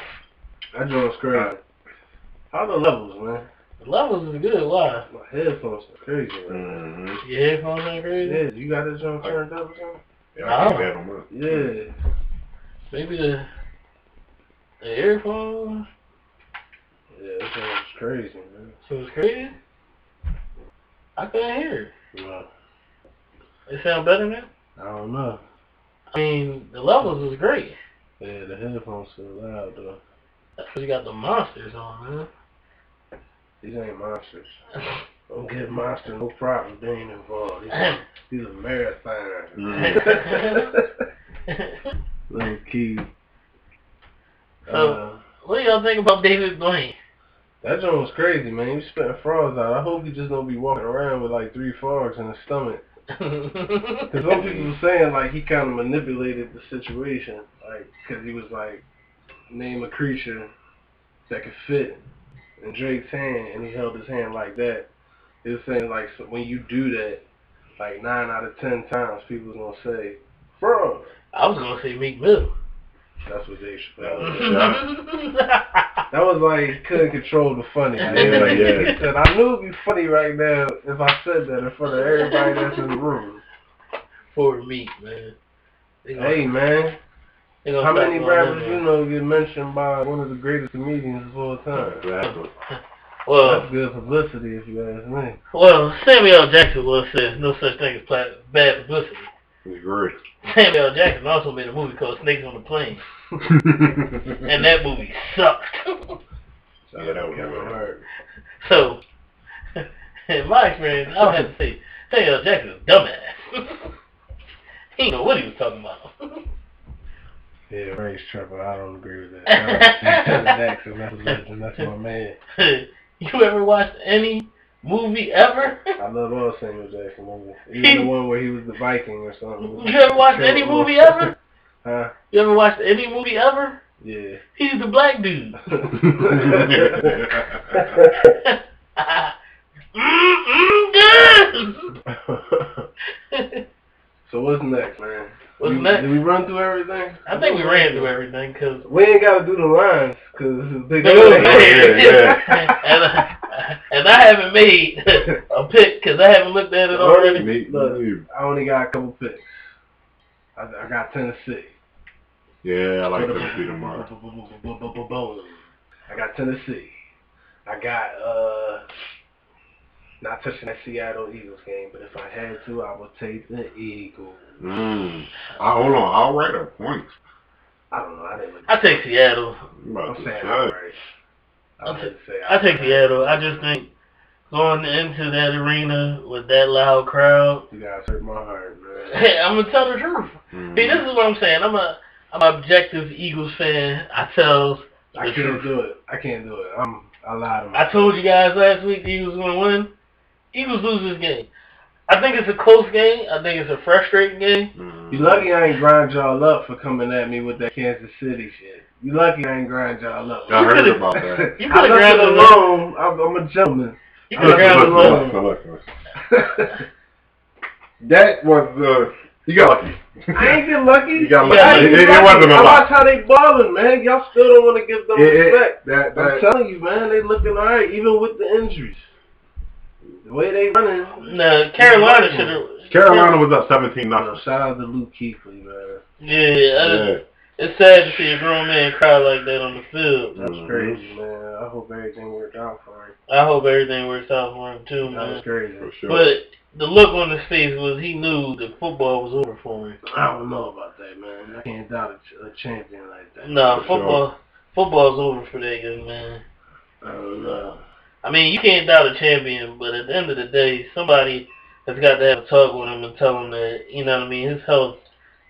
Speaker 2: That joint's crazy. All the levels, man.
Speaker 1: The levels is good. Why?
Speaker 2: My headphones are crazy, man.
Speaker 3: Mhm.
Speaker 1: Your headphones ain't crazy?
Speaker 2: Yeah, you got this joint turned up or something?
Speaker 3: Yeah, I
Speaker 1: Wow.
Speaker 3: keep that on mine.
Speaker 2: Ah. Yeah.
Speaker 1: Maybe the the earphones.
Speaker 2: Yeah, that joint's crazy, man.
Speaker 1: So it's crazy. I couldn't hear
Speaker 2: Well,
Speaker 1: it. It sound better now.
Speaker 2: I don't know.
Speaker 1: I mean, the levels was great.
Speaker 2: Yeah, the headphones so loud, though.
Speaker 1: That's because you got the monsters on, man.
Speaker 2: These ain't monsters. Don't get monster no problem. They ain't involved. These, these are marathoners. Little key. Uh,
Speaker 1: So- what do y'all think about David Blaine?
Speaker 2: that joint was crazy, man. You spitting frogs out. I hope he just don't be walking around with like three frogs in his stomach. Because some people were saying like he kind of manipulated the situation, like because he was like name a creature that could fit in Drake's hand, and he held his hand like that. He was saying like so when you do that, like nine out of ten times people's gonna say frog.
Speaker 1: I was gonna say Meek Mill.
Speaker 2: That's what they should. That was,
Speaker 1: yeah,
Speaker 2: that was like he couldn't control the funny. Like,
Speaker 1: Yeah,
Speaker 2: like,
Speaker 3: yeah.
Speaker 2: He said, I knew it'd be funny right now if I said that in front of everybody that's in the room.
Speaker 1: Poor Meek, man. They gonna-
Speaker 2: Hey man.
Speaker 1: they gonna
Speaker 2: How
Speaker 1: start
Speaker 2: many
Speaker 1: going in
Speaker 2: rappers
Speaker 1: there.
Speaker 2: you know get mentioned by one of the greatest comedians of all time?
Speaker 3: Exactly.
Speaker 1: Well,
Speaker 2: That's good publicity, if you ask me.
Speaker 1: well, Samuel L. Jackson once says no such thing as pla- bad publicity.
Speaker 3: It's great.
Speaker 1: Samuel L. Jackson also made a movie called Snakes on the Plane, and that movie sucked.
Speaker 3: Yeah, that was
Speaker 2: Kevin
Speaker 3: good.
Speaker 2: Hart.
Speaker 1: So, in my experience, I would have to say, Samuel L. Jackson is a dumbass. he didn't know what he was talking about.
Speaker 2: Yeah, race tripper. I don't agree with that. That was- Jackson, that's a legend. That's my man.
Speaker 1: you ever watched any movie ever.
Speaker 2: I love all Samuel Jackson movies. Even the one where he was the Viking or something.
Speaker 1: You ever watched any movie ever?
Speaker 2: huh?
Speaker 1: You ever watched any movie ever?
Speaker 2: Yeah.
Speaker 1: He's the black dude. Mm-mm, good.
Speaker 2: so what's next, man?
Speaker 1: What's
Speaker 2: We-
Speaker 1: next?
Speaker 2: Did we run through everything?
Speaker 1: I think we ran through everything because
Speaker 2: We ain't gotta do the lines because
Speaker 1: They
Speaker 2: they
Speaker 1: go
Speaker 2: go
Speaker 1: there.
Speaker 3: Yeah,
Speaker 1: and, I, and I haven't made a pick because I haven't looked at it already.
Speaker 3: Me- me-
Speaker 2: I only got a couple picks. I, I got Tennessee.
Speaker 3: yeah, I like Tennessee tomorrow.
Speaker 2: I got Tennessee. I got uh not touching that Seattle Eagles game, but if I had to, I would take the Eagles.
Speaker 3: Mm. I, hold on, I'll write up points.
Speaker 2: I don't know. I didn't. Look
Speaker 1: I take Seattle.
Speaker 3: I'm
Speaker 2: I'm
Speaker 3: about to
Speaker 2: saying
Speaker 3: say.
Speaker 2: outright. I
Speaker 1: I'll
Speaker 2: wouldn't say
Speaker 1: I take
Speaker 2: outright.
Speaker 1: Seattle. I just think going into that arena with that loud crowd.
Speaker 2: You guys hurt my heart, man.
Speaker 1: Hey, I'm gonna tell the truth.
Speaker 3: Mm.
Speaker 1: See, this is what I'm saying. I'm a I'm an objective Eagles fan. I tell
Speaker 2: I
Speaker 1: the
Speaker 2: can't
Speaker 1: truth.
Speaker 2: do it. I can't do it. I'm. I lied to myself.
Speaker 1: I told you guys last week the Eagles gonna win. Eagles lose this game. I think it's a close game. I think it's a frustrating game.
Speaker 3: Mm.
Speaker 2: You lucky I ain't grind y'all up for coming at me with that Kansas City shit. You lucky I ain't grind y'all up.
Speaker 3: I heard
Speaker 1: could've-
Speaker 3: about that.
Speaker 1: You
Speaker 2: I
Speaker 1: could've
Speaker 2: left
Speaker 1: grabbed
Speaker 2: it
Speaker 1: us
Speaker 2: alone. I'm, I'm a gentleman.
Speaker 1: You
Speaker 2: I
Speaker 1: could have grabbed us
Speaker 2: left it
Speaker 1: up.
Speaker 2: alone.
Speaker 3: Look, look, look, look. That was uh, you got lucky.
Speaker 2: I ain't get lucky.
Speaker 3: You got
Speaker 1: lucky.
Speaker 2: I ain't
Speaker 3: It-
Speaker 2: get
Speaker 3: it wasn't a
Speaker 2: I
Speaker 3: lot.
Speaker 2: watch how they balling, man. Y'all still don't want to give them
Speaker 3: It-
Speaker 2: respect.
Speaker 3: it- that
Speaker 2: I'm
Speaker 3: that
Speaker 2: telling you, man, they looking all right, even with the injuries. The way they running.
Speaker 1: No, Carolina should have.
Speaker 3: Carolina was up seventeen
Speaker 2: No,
Speaker 3: nothing.
Speaker 2: shout out to Luke Keekley, man.
Speaker 1: Yeah, I-
Speaker 3: Yeah.
Speaker 1: it's sad to see a grown man cry like that on the field.
Speaker 2: That's
Speaker 3: Mhm.
Speaker 2: crazy, man. I hope everything worked out for him.
Speaker 1: I hope everything works out for him too,
Speaker 2: That was
Speaker 3: Mm-hmm.
Speaker 1: man.
Speaker 2: crazy.
Speaker 3: For sure.
Speaker 1: But the look on his face was he knew that football was over for him.
Speaker 2: I don't know about that, man. I can't doubt a, a champion like that.
Speaker 1: No,
Speaker 3: For sure.
Speaker 1: football, football's over for that young man.
Speaker 2: I don't know.
Speaker 1: I mean, you can't doubt a champion, but at the end of the day, somebody has got to have a talk with him and tell him that you know what I mean. His health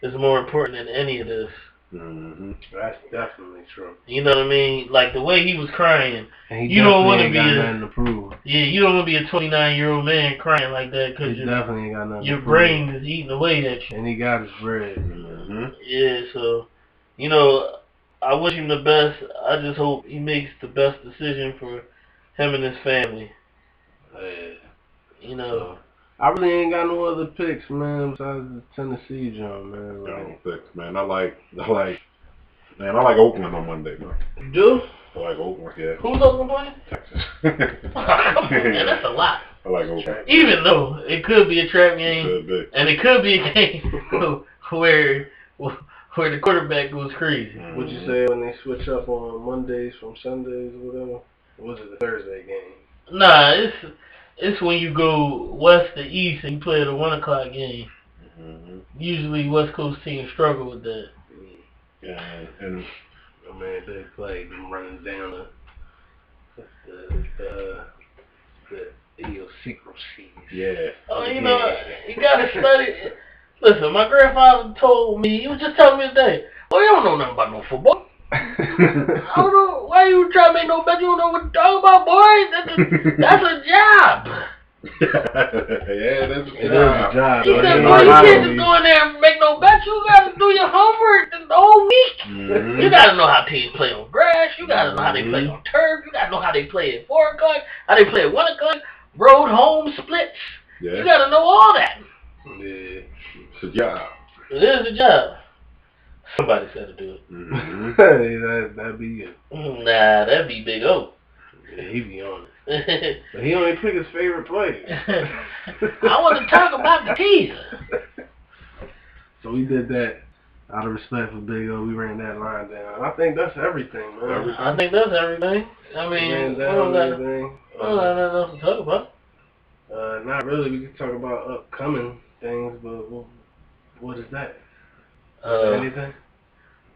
Speaker 1: is more important than any of this.
Speaker 3: Mhm.
Speaker 2: That's definitely true.
Speaker 1: You know what I mean? Like the way he was crying.
Speaker 2: And
Speaker 1: You don't wanna
Speaker 2: definitely ain't
Speaker 1: be
Speaker 2: got
Speaker 1: a-
Speaker 2: nothing to prove.
Speaker 1: Yeah, you don't want to be a 29 year old man crying like that
Speaker 2: He
Speaker 1: because your,
Speaker 2: definitely ain't got nothing.
Speaker 1: your
Speaker 2: to
Speaker 1: brain is eating away at you.
Speaker 2: Prove. And he got his bread.
Speaker 3: Mhm.
Speaker 1: Yeah, so, you know, I wish him the best. I just hope he makes the best decision for him and his family.
Speaker 2: Yeah.
Speaker 1: You know,
Speaker 2: I really ain't got no other picks, man. Besides the Tennessee John, man. Like,
Speaker 3: Down six, man. I like, I like, man. I like Oakland on Monday, man.
Speaker 1: you do?
Speaker 3: I like Oakland, yeah,
Speaker 1: Who's Oakland playing?
Speaker 3: Texas.
Speaker 1: Come on, man, that's a lot.
Speaker 3: I like Oakland.
Speaker 1: Even though it could be a trap game,
Speaker 3: Should be.
Speaker 1: and it could be a game where where the quarterback goes crazy.
Speaker 2: What'd you say when they switch up on Mondays from Sundays or whatever? Or was it the Thursday game?
Speaker 1: Nah, it's it's when you go west to east and you play the one o'clock game.
Speaker 3: Mhm.
Speaker 1: Usually, West Coast teams struggle with that.
Speaker 3: Yeah, and
Speaker 2: I mean, they played them running down the the the, the idiosyncrasies.
Speaker 3: yeah,
Speaker 1: Oh, you know, you gotta study. Listen, my grandfather told me he was just telling me today. Well, you don't know nothing about no football. I don't know why you trying to make no bet. You don't know what to talk about, boy. That's a, that's a job.
Speaker 3: yeah, that's
Speaker 2: It is a job.
Speaker 1: He
Speaker 2: but
Speaker 1: said,
Speaker 2: it
Speaker 1: boy,
Speaker 2: ain't
Speaker 1: you
Speaker 2: a
Speaker 1: can't
Speaker 2: hobby.
Speaker 1: just go in there and make no bets. You gotta do your homework the whole week. You
Speaker 3: Mhm.
Speaker 1: gotta know how teams play on grass. You gotta know how they play on turf. You gotta know how they play at four o'clock. How they play at one o'clock. Road home splits. You
Speaker 3: Yeah,
Speaker 1: gotta know all that.
Speaker 2: Yeah.
Speaker 3: it's a job.
Speaker 1: It is a job. Somebody's gotta do it.
Speaker 2: Mm-hmm.
Speaker 1: Mm,
Speaker 3: Mhm.
Speaker 2: that that'd be it.
Speaker 1: Nah, that'd be Big O.
Speaker 2: Yeah, he be on it.
Speaker 1: I
Speaker 2: But he only pick his favorite player.
Speaker 1: want to talk about the teaser.
Speaker 2: So we did that out of respect for Big O. We ran that line down. I think that's everything, man.
Speaker 3: Everything.
Speaker 1: I think that's everything. I
Speaker 2: We
Speaker 1: mean,
Speaker 2: ran
Speaker 1: we don't
Speaker 2: down
Speaker 1: got
Speaker 2: everything.
Speaker 1: we don't
Speaker 2: Uh,
Speaker 1: got nothing else to talk about.
Speaker 2: uh, not really. We could talk about upcoming things, but wh- what is that?
Speaker 1: Uh,
Speaker 2: Anything?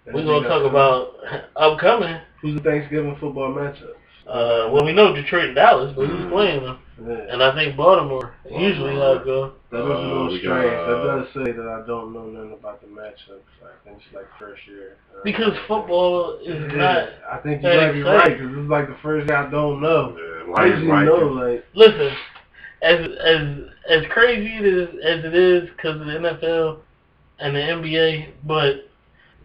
Speaker 1: we're
Speaker 2: Anything
Speaker 1: gonna talk
Speaker 2: upcoming?
Speaker 1: about upcoming.
Speaker 2: who's the Thanksgiving football matchup.
Speaker 1: Uh, well, we know Detroit and Dallas, but who's
Speaker 2: Mm.
Speaker 3: Mhm.
Speaker 1: playing them?
Speaker 2: Yeah.
Speaker 1: And I think Baltimore. Usually how it go.
Speaker 2: That was a
Speaker 3: Uh,
Speaker 2: little
Speaker 3: we
Speaker 2: strange.
Speaker 3: got, uh,
Speaker 2: that does say that I don't know nothing about the matchups. I think it's like first year. Uh,
Speaker 1: Because football is
Speaker 2: Yeah,
Speaker 1: not.
Speaker 2: I think you
Speaker 1: that
Speaker 2: might be
Speaker 1: exciting.
Speaker 2: right because it's like the first guy I don't know.
Speaker 3: Yeah, the
Speaker 2: I
Speaker 3: Lions
Speaker 2: usually know,
Speaker 3: Vikings.
Speaker 2: like,
Speaker 1: Listen, as as as crazy it is as it is because of the NFL and the NBA, but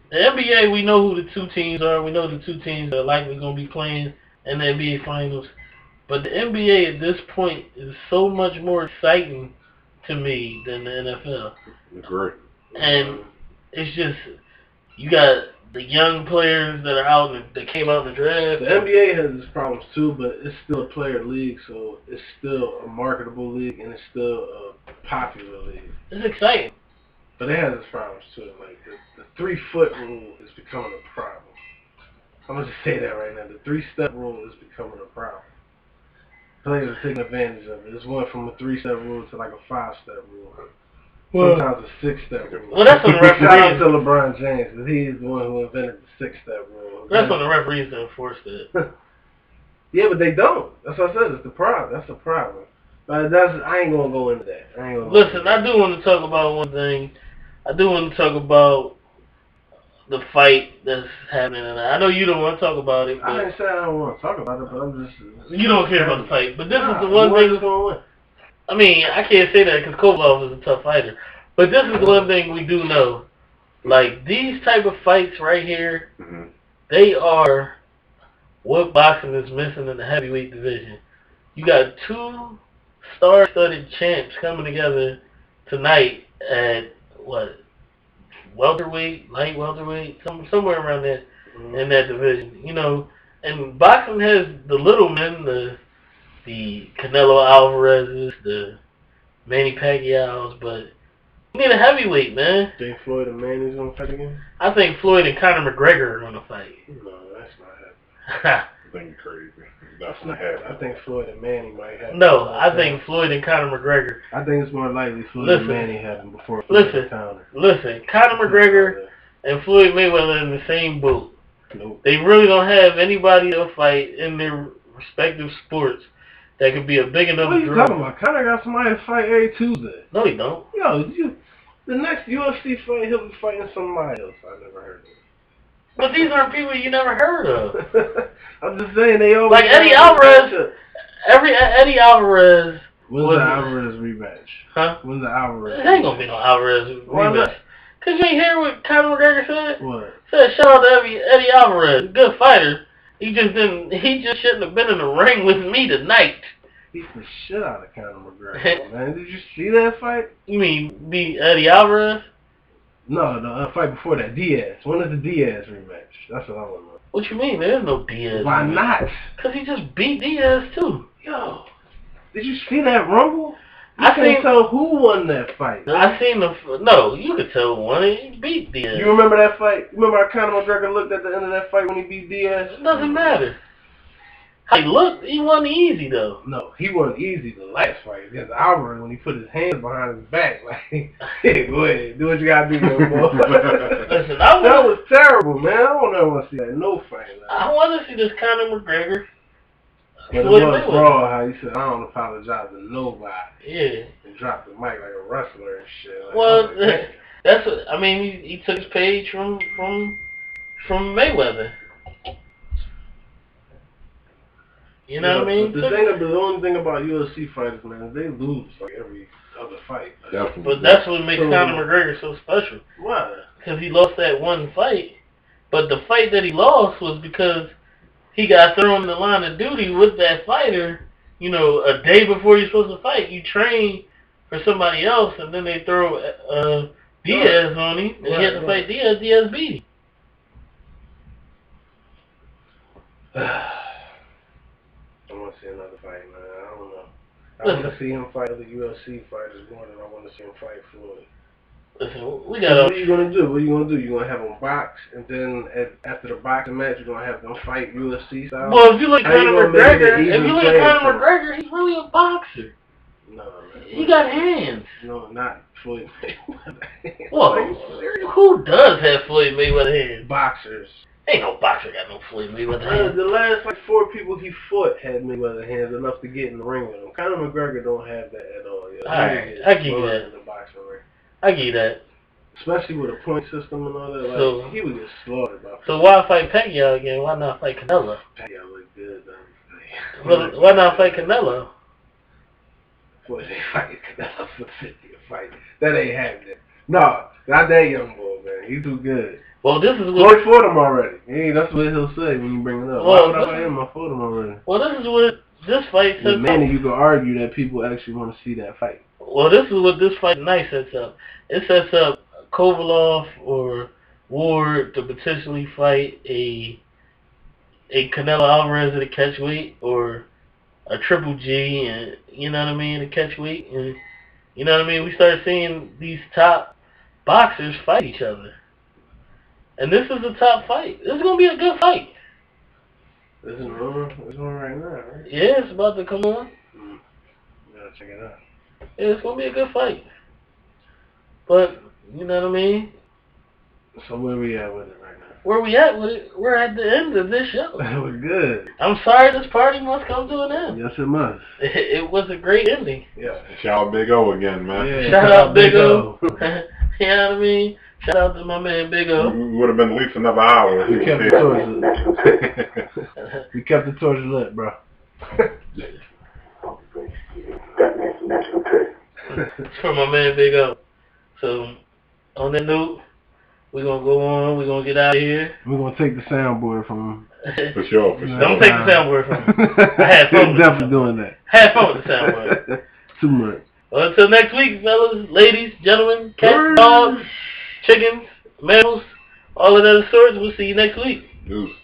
Speaker 1: the NBA we know who the two teams are. We know the two teams that are likely going to be playing in the NBA Finals. But the NBA at this point is so much more exciting to me than the NFL,
Speaker 3: Agree.
Speaker 1: and
Speaker 2: uh,
Speaker 1: it's just you got the young players that are out in the, that came out in the
Speaker 2: the
Speaker 1: draft.
Speaker 2: NBA has its problems too, but it's still a player league, so it's still a marketable league and it's still a popular league.
Speaker 1: It's exciting.
Speaker 2: But it has its problems too. Like the, the three foot rule is becoming a problem. I'm gonna just say that right now. The three step rule is becoming a problem. Players are taking advantage of it. It's went from a three step rule to like a five step rule. Sometimes a six step rule.
Speaker 1: Well, that's what the
Speaker 2: Shout out to
Speaker 1: referees.
Speaker 2: LeBron James. 'cause He's the one who invented the six step rule.
Speaker 1: That's what the referees that enforced it.
Speaker 2: Yeah, but they don't. That's what I said. It's the problem. That's the problem. But that's I ain't gonna go into that. I ain't gonna
Speaker 1: Listen,
Speaker 2: go
Speaker 1: I do want to talk about one thing. I do want to talk about the fight that's happening tonight. I know you don't want to talk about it,
Speaker 2: I
Speaker 1: but
Speaker 2: didn't say I don't want to talk about it, but I'm just.
Speaker 1: you don't care about the fight. But this
Speaker 2: Nah,
Speaker 1: is the one
Speaker 2: what is
Speaker 1: thing.
Speaker 2: going on?
Speaker 1: I mean, I can't say that because Kovalov is a tough fighter. But this is the one thing we do know. Like these type of fights right here,
Speaker 3: hmm
Speaker 1: they are what boxing is missing in the heavyweight division. You got two star-studded champs coming together tonight at what welterweight, light welterweight, some somewhere around that in that division. You know, and boxing has the little men, the the Canelo Alvarez's, the Manny Pacquiao's, but you need a heavyweight man.
Speaker 2: Think Floyd and Manny's gonna fight again?
Speaker 1: I think Floyd and Conor McGregor are gonna fight.
Speaker 2: No, that's not happening.
Speaker 3: I think crazy. That's
Speaker 2: That's
Speaker 3: not
Speaker 2: not happening. I
Speaker 3: happening.
Speaker 2: think Floyd and Manny might happen.
Speaker 1: No, I think Floyd and Conor McGregor.
Speaker 2: I think it's more likely Floyd
Speaker 1: Listen.
Speaker 2: and Manny happen before
Speaker 1: Listen.
Speaker 2: Counter.
Speaker 1: Listen, Conor McGregor and Floyd Mayweather are in the same boat.
Speaker 2: Nope.
Speaker 1: They really don't have anybody to fight in their respective sports that could be a big enough
Speaker 2: What are you
Speaker 1: draw.
Speaker 2: talking about? Conor got somebody to fight every Tuesday.
Speaker 1: No, they don't.
Speaker 2: Yo, you, the next UFC fight, he'll be fighting somebody else. I never heard of.
Speaker 1: But these aren't people you never heard of.
Speaker 2: I'm just saying they always
Speaker 1: Like Eddie Alvarez. Every Eddie Alvarez,
Speaker 2: When's
Speaker 1: Wasn't
Speaker 2: the
Speaker 1: it?
Speaker 2: Alvarez rematch?
Speaker 1: huh?
Speaker 2: When's the
Speaker 1: There
Speaker 2: Alvarez?
Speaker 1: ain't gonna be no Alvarez
Speaker 2: Why not?
Speaker 1: rematch. Cause you ain't hear what Conor McGregor said.
Speaker 2: What?
Speaker 1: Said shout out to Eddie, Eddie Alvarez, good fighter. He just didn't. He just shouldn't have been in the ring with me tonight.
Speaker 2: Beat the shit out of Conor McGregor, man. Did you see that fight?
Speaker 1: You mean be Eddie Alvarez?
Speaker 2: No, the uh, fight before that, Diaz. When is the Diaz rematch? That's what I want to
Speaker 1: What you mean? There's no
Speaker 2: know.
Speaker 1: Diaz.
Speaker 2: Why not?
Speaker 1: Because he just beat Diaz, too.
Speaker 2: Yo, did you see that rumble? You
Speaker 1: I
Speaker 2: can't
Speaker 1: seen-
Speaker 2: tell who won that fight.
Speaker 1: I seen the... No, you could tell one. He beat Diaz.
Speaker 2: You remember that fight? You remember how Conor McGregor looked at the end of that fight when he beat Diaz?
Speaker 1: it doesn't matter. Hey, look, he wasn't easy, though.
Speaker 2: No, he wasn't easy the last fight against Alvarez when he put his hands behind his back. Like, hey, go ahead, do what you gotta do, little boy. that
Speaker 1: Listen, I want
Speaker 2: was terrible, man. I don't ever want to see that in no fight. Like,
Speaker 1: I want to see this Conor McGregor.
Speaker 2: but it
Speaker 1: Floyd
Speaker 2: was
Speaker 1: Mayweather.
Speaker 2: raw how he said, I don't apologize to nobody.
Speaker 1: Yeah.
Speaker 2: And dropped the mic like a wrestler and shit. Like,
Speaker 1: Well,
Speaker 2: I'm like, man.
Speaker 1: That's what... I mean, he, he took his page from... from from Mayweather. You know what I
Speaker 2: Yeah,
Speaker 1: mean?
Speaker 2: but The, thing, the only thing about UFC fighters, man, is they lose like every other fight. Like,
Speaker 3: Definitely.
Speaker 1: but that's what makes
Speaker 2: So-
Speaker 1: Conor McGregor so special.
Speaker 2: why?
Speaker 1: because he lost that one fight. But the fight that he lost was because he got thrown in the line of duty with that fighter. You know, a day before you're supposed to fight, you train for somebody else, and then they throw uh, Diaz on him, and he has to
Speaker 2: Right,
Speaker 1: fight Diaz. Diaz beat him.
Speaker 2: I want to see another fight, man. I don't know. I
Speaker 1: Listen.
Speaker 2: want to see him fight other UFC fighters more than I want to see him fight Floyd.
Speaker 1: Listen, we
Speaker 2: So
Speaker 1: got
Speaker 2: what are you gonna do? What are you gonna do? You gonna have him box, and then at, after the boxing match, you're gonna have them fight UFC
Speaker 1: a
Speaker 2: style?
Speaker 1: well. If you look at
Speaker 2: How you
Speaker 1: Conor
Speaker 2: gonna make it
Speaker 1: McGregor,
Speaker 2: an
Speaker 1: if
Speaker 2: even
Speaker 1: you look
Speaker 2: playing
Speaker 1: at Conor
Speaker 2: field?
Speaker 1: McGregor, he's really a boxer.
Speaker 2: no, man.
Speaker 1: He got hands.
Speaker 2: No, not Floyd. Mayweather. Are you
Speaker 1: Whoa,
Speaker 2: serious?
Speaker 1: who does have Floyd Mayweather hands?
Speaker 2: Boxers.
Speaker 1: Ain't no boxer got no Floyd Mayweather
Speaker 2: Uh,
Speaker 1: hands.
Speaker 2: the last like four people he fought had Mayweather hands enough to get in the ring with him. Conor McGregor don't have that at all. Yeah.
Speaker 1: Alright, I give you that.
Speaker 2: In the boxing ring.
Speaker 1: I give you that.
Speaker 2: Especially with a point system and all that, like
Speaker 1: So-
Speaker 2: he would get slaughtered by
Speaker 1: So why fight Pacquiao again? Why not fight Canelo?
Speaker 2: Pacquiao looked good. Though. Like,
Speaker 1: But why not fight Canelo?
Speaker 2: Boy, they fighting Canelo for 50 a fight. That ain't happening. No, not that young boy, man. He's too good.
Speaker 1: Well, this is what
Speaker 2: Floyd fought him already. Hey, that's what he'll say when you bring it up. Why
Speaker 1: Well,
Speaker 2: would I
Speaker 1: this-
Speaker 2: fight him? I fought him already.
Speaker 1: well, this is what this fight
Speaker 2: As a
Speaker 1: sets
Speaker 2: man,
Speaker 1: up.
Speaker 2: you can argue that people actually want to see that fight.
Speaker 1: Well, this is what this fight night sets up. It sets up Kovalov or Ward to potentially fight a a Canelo Alvarez at a catch weight or a Triple G, and you know what I mean, a catch weight, and you know what I mean. We start seeing these top boxers fight each other, and this is a top fight. This is gonna be a good fight.
Speaker 2: This is rumor. This one right now, right?
Speaker 1: Yeah, it's about to come on.
Speaker 2: You gotta check it out.
Speaker 1: Yeah, it's gonna be a good fight. But you know what I mean.
Speaker 2: So where we at with it right now?
Speaker 1: Where we at? with it? We're at the end of this show.
Speaker 2: We're good.
Speaker 1: I'm sorry, this party must come to an end.
Speaker 2: Yes, it must.
Speaker 1: It, was a great ending.
Speaker 2: Yeah.
Speaker 3: Shout out Big O again, man.
Speaker 2: Yeah,
Speaker 1: Shout out Big O. you
Speaker 2: O.
Speaker 1: know what I mean? Shout out to my man Big O.
Speaker 3: We would have been at least another hour. if
Speaker 2: We
Speaker 3: he
Speaker 2: kept
Speaker 3: was
Speaker 2: the torch lit.
Speaker 3: here.
Speaker 2: We kept the torch lit, bro.
Speaker 4: That man's a national treasure.
Speaker 1: It's for my man Big O. So, on that note, we're going to go on. We're going to get out of here.
Speaker 2: We're gonna take the soundboard from
Speaker 3: for sure, for
Speaker 2: him.
Speaker 3: sure.
Speaker 1: Don't take the soundboard from him.
Speaker 2: him.
Speaker 1: I had fun with
Speaker 2: He's definitely
Speaker 1: it.
Speaker 2: doing that.
Speaker 1: Have fun with the soundboard.
Speaker 2: Too much.
Speaker 1: Well, until next week, fellas, ladies, gentlemen, cats, dogs, chickens, mammals, all of that sorts. We'll see you next week.
Speaker 3: Deuce.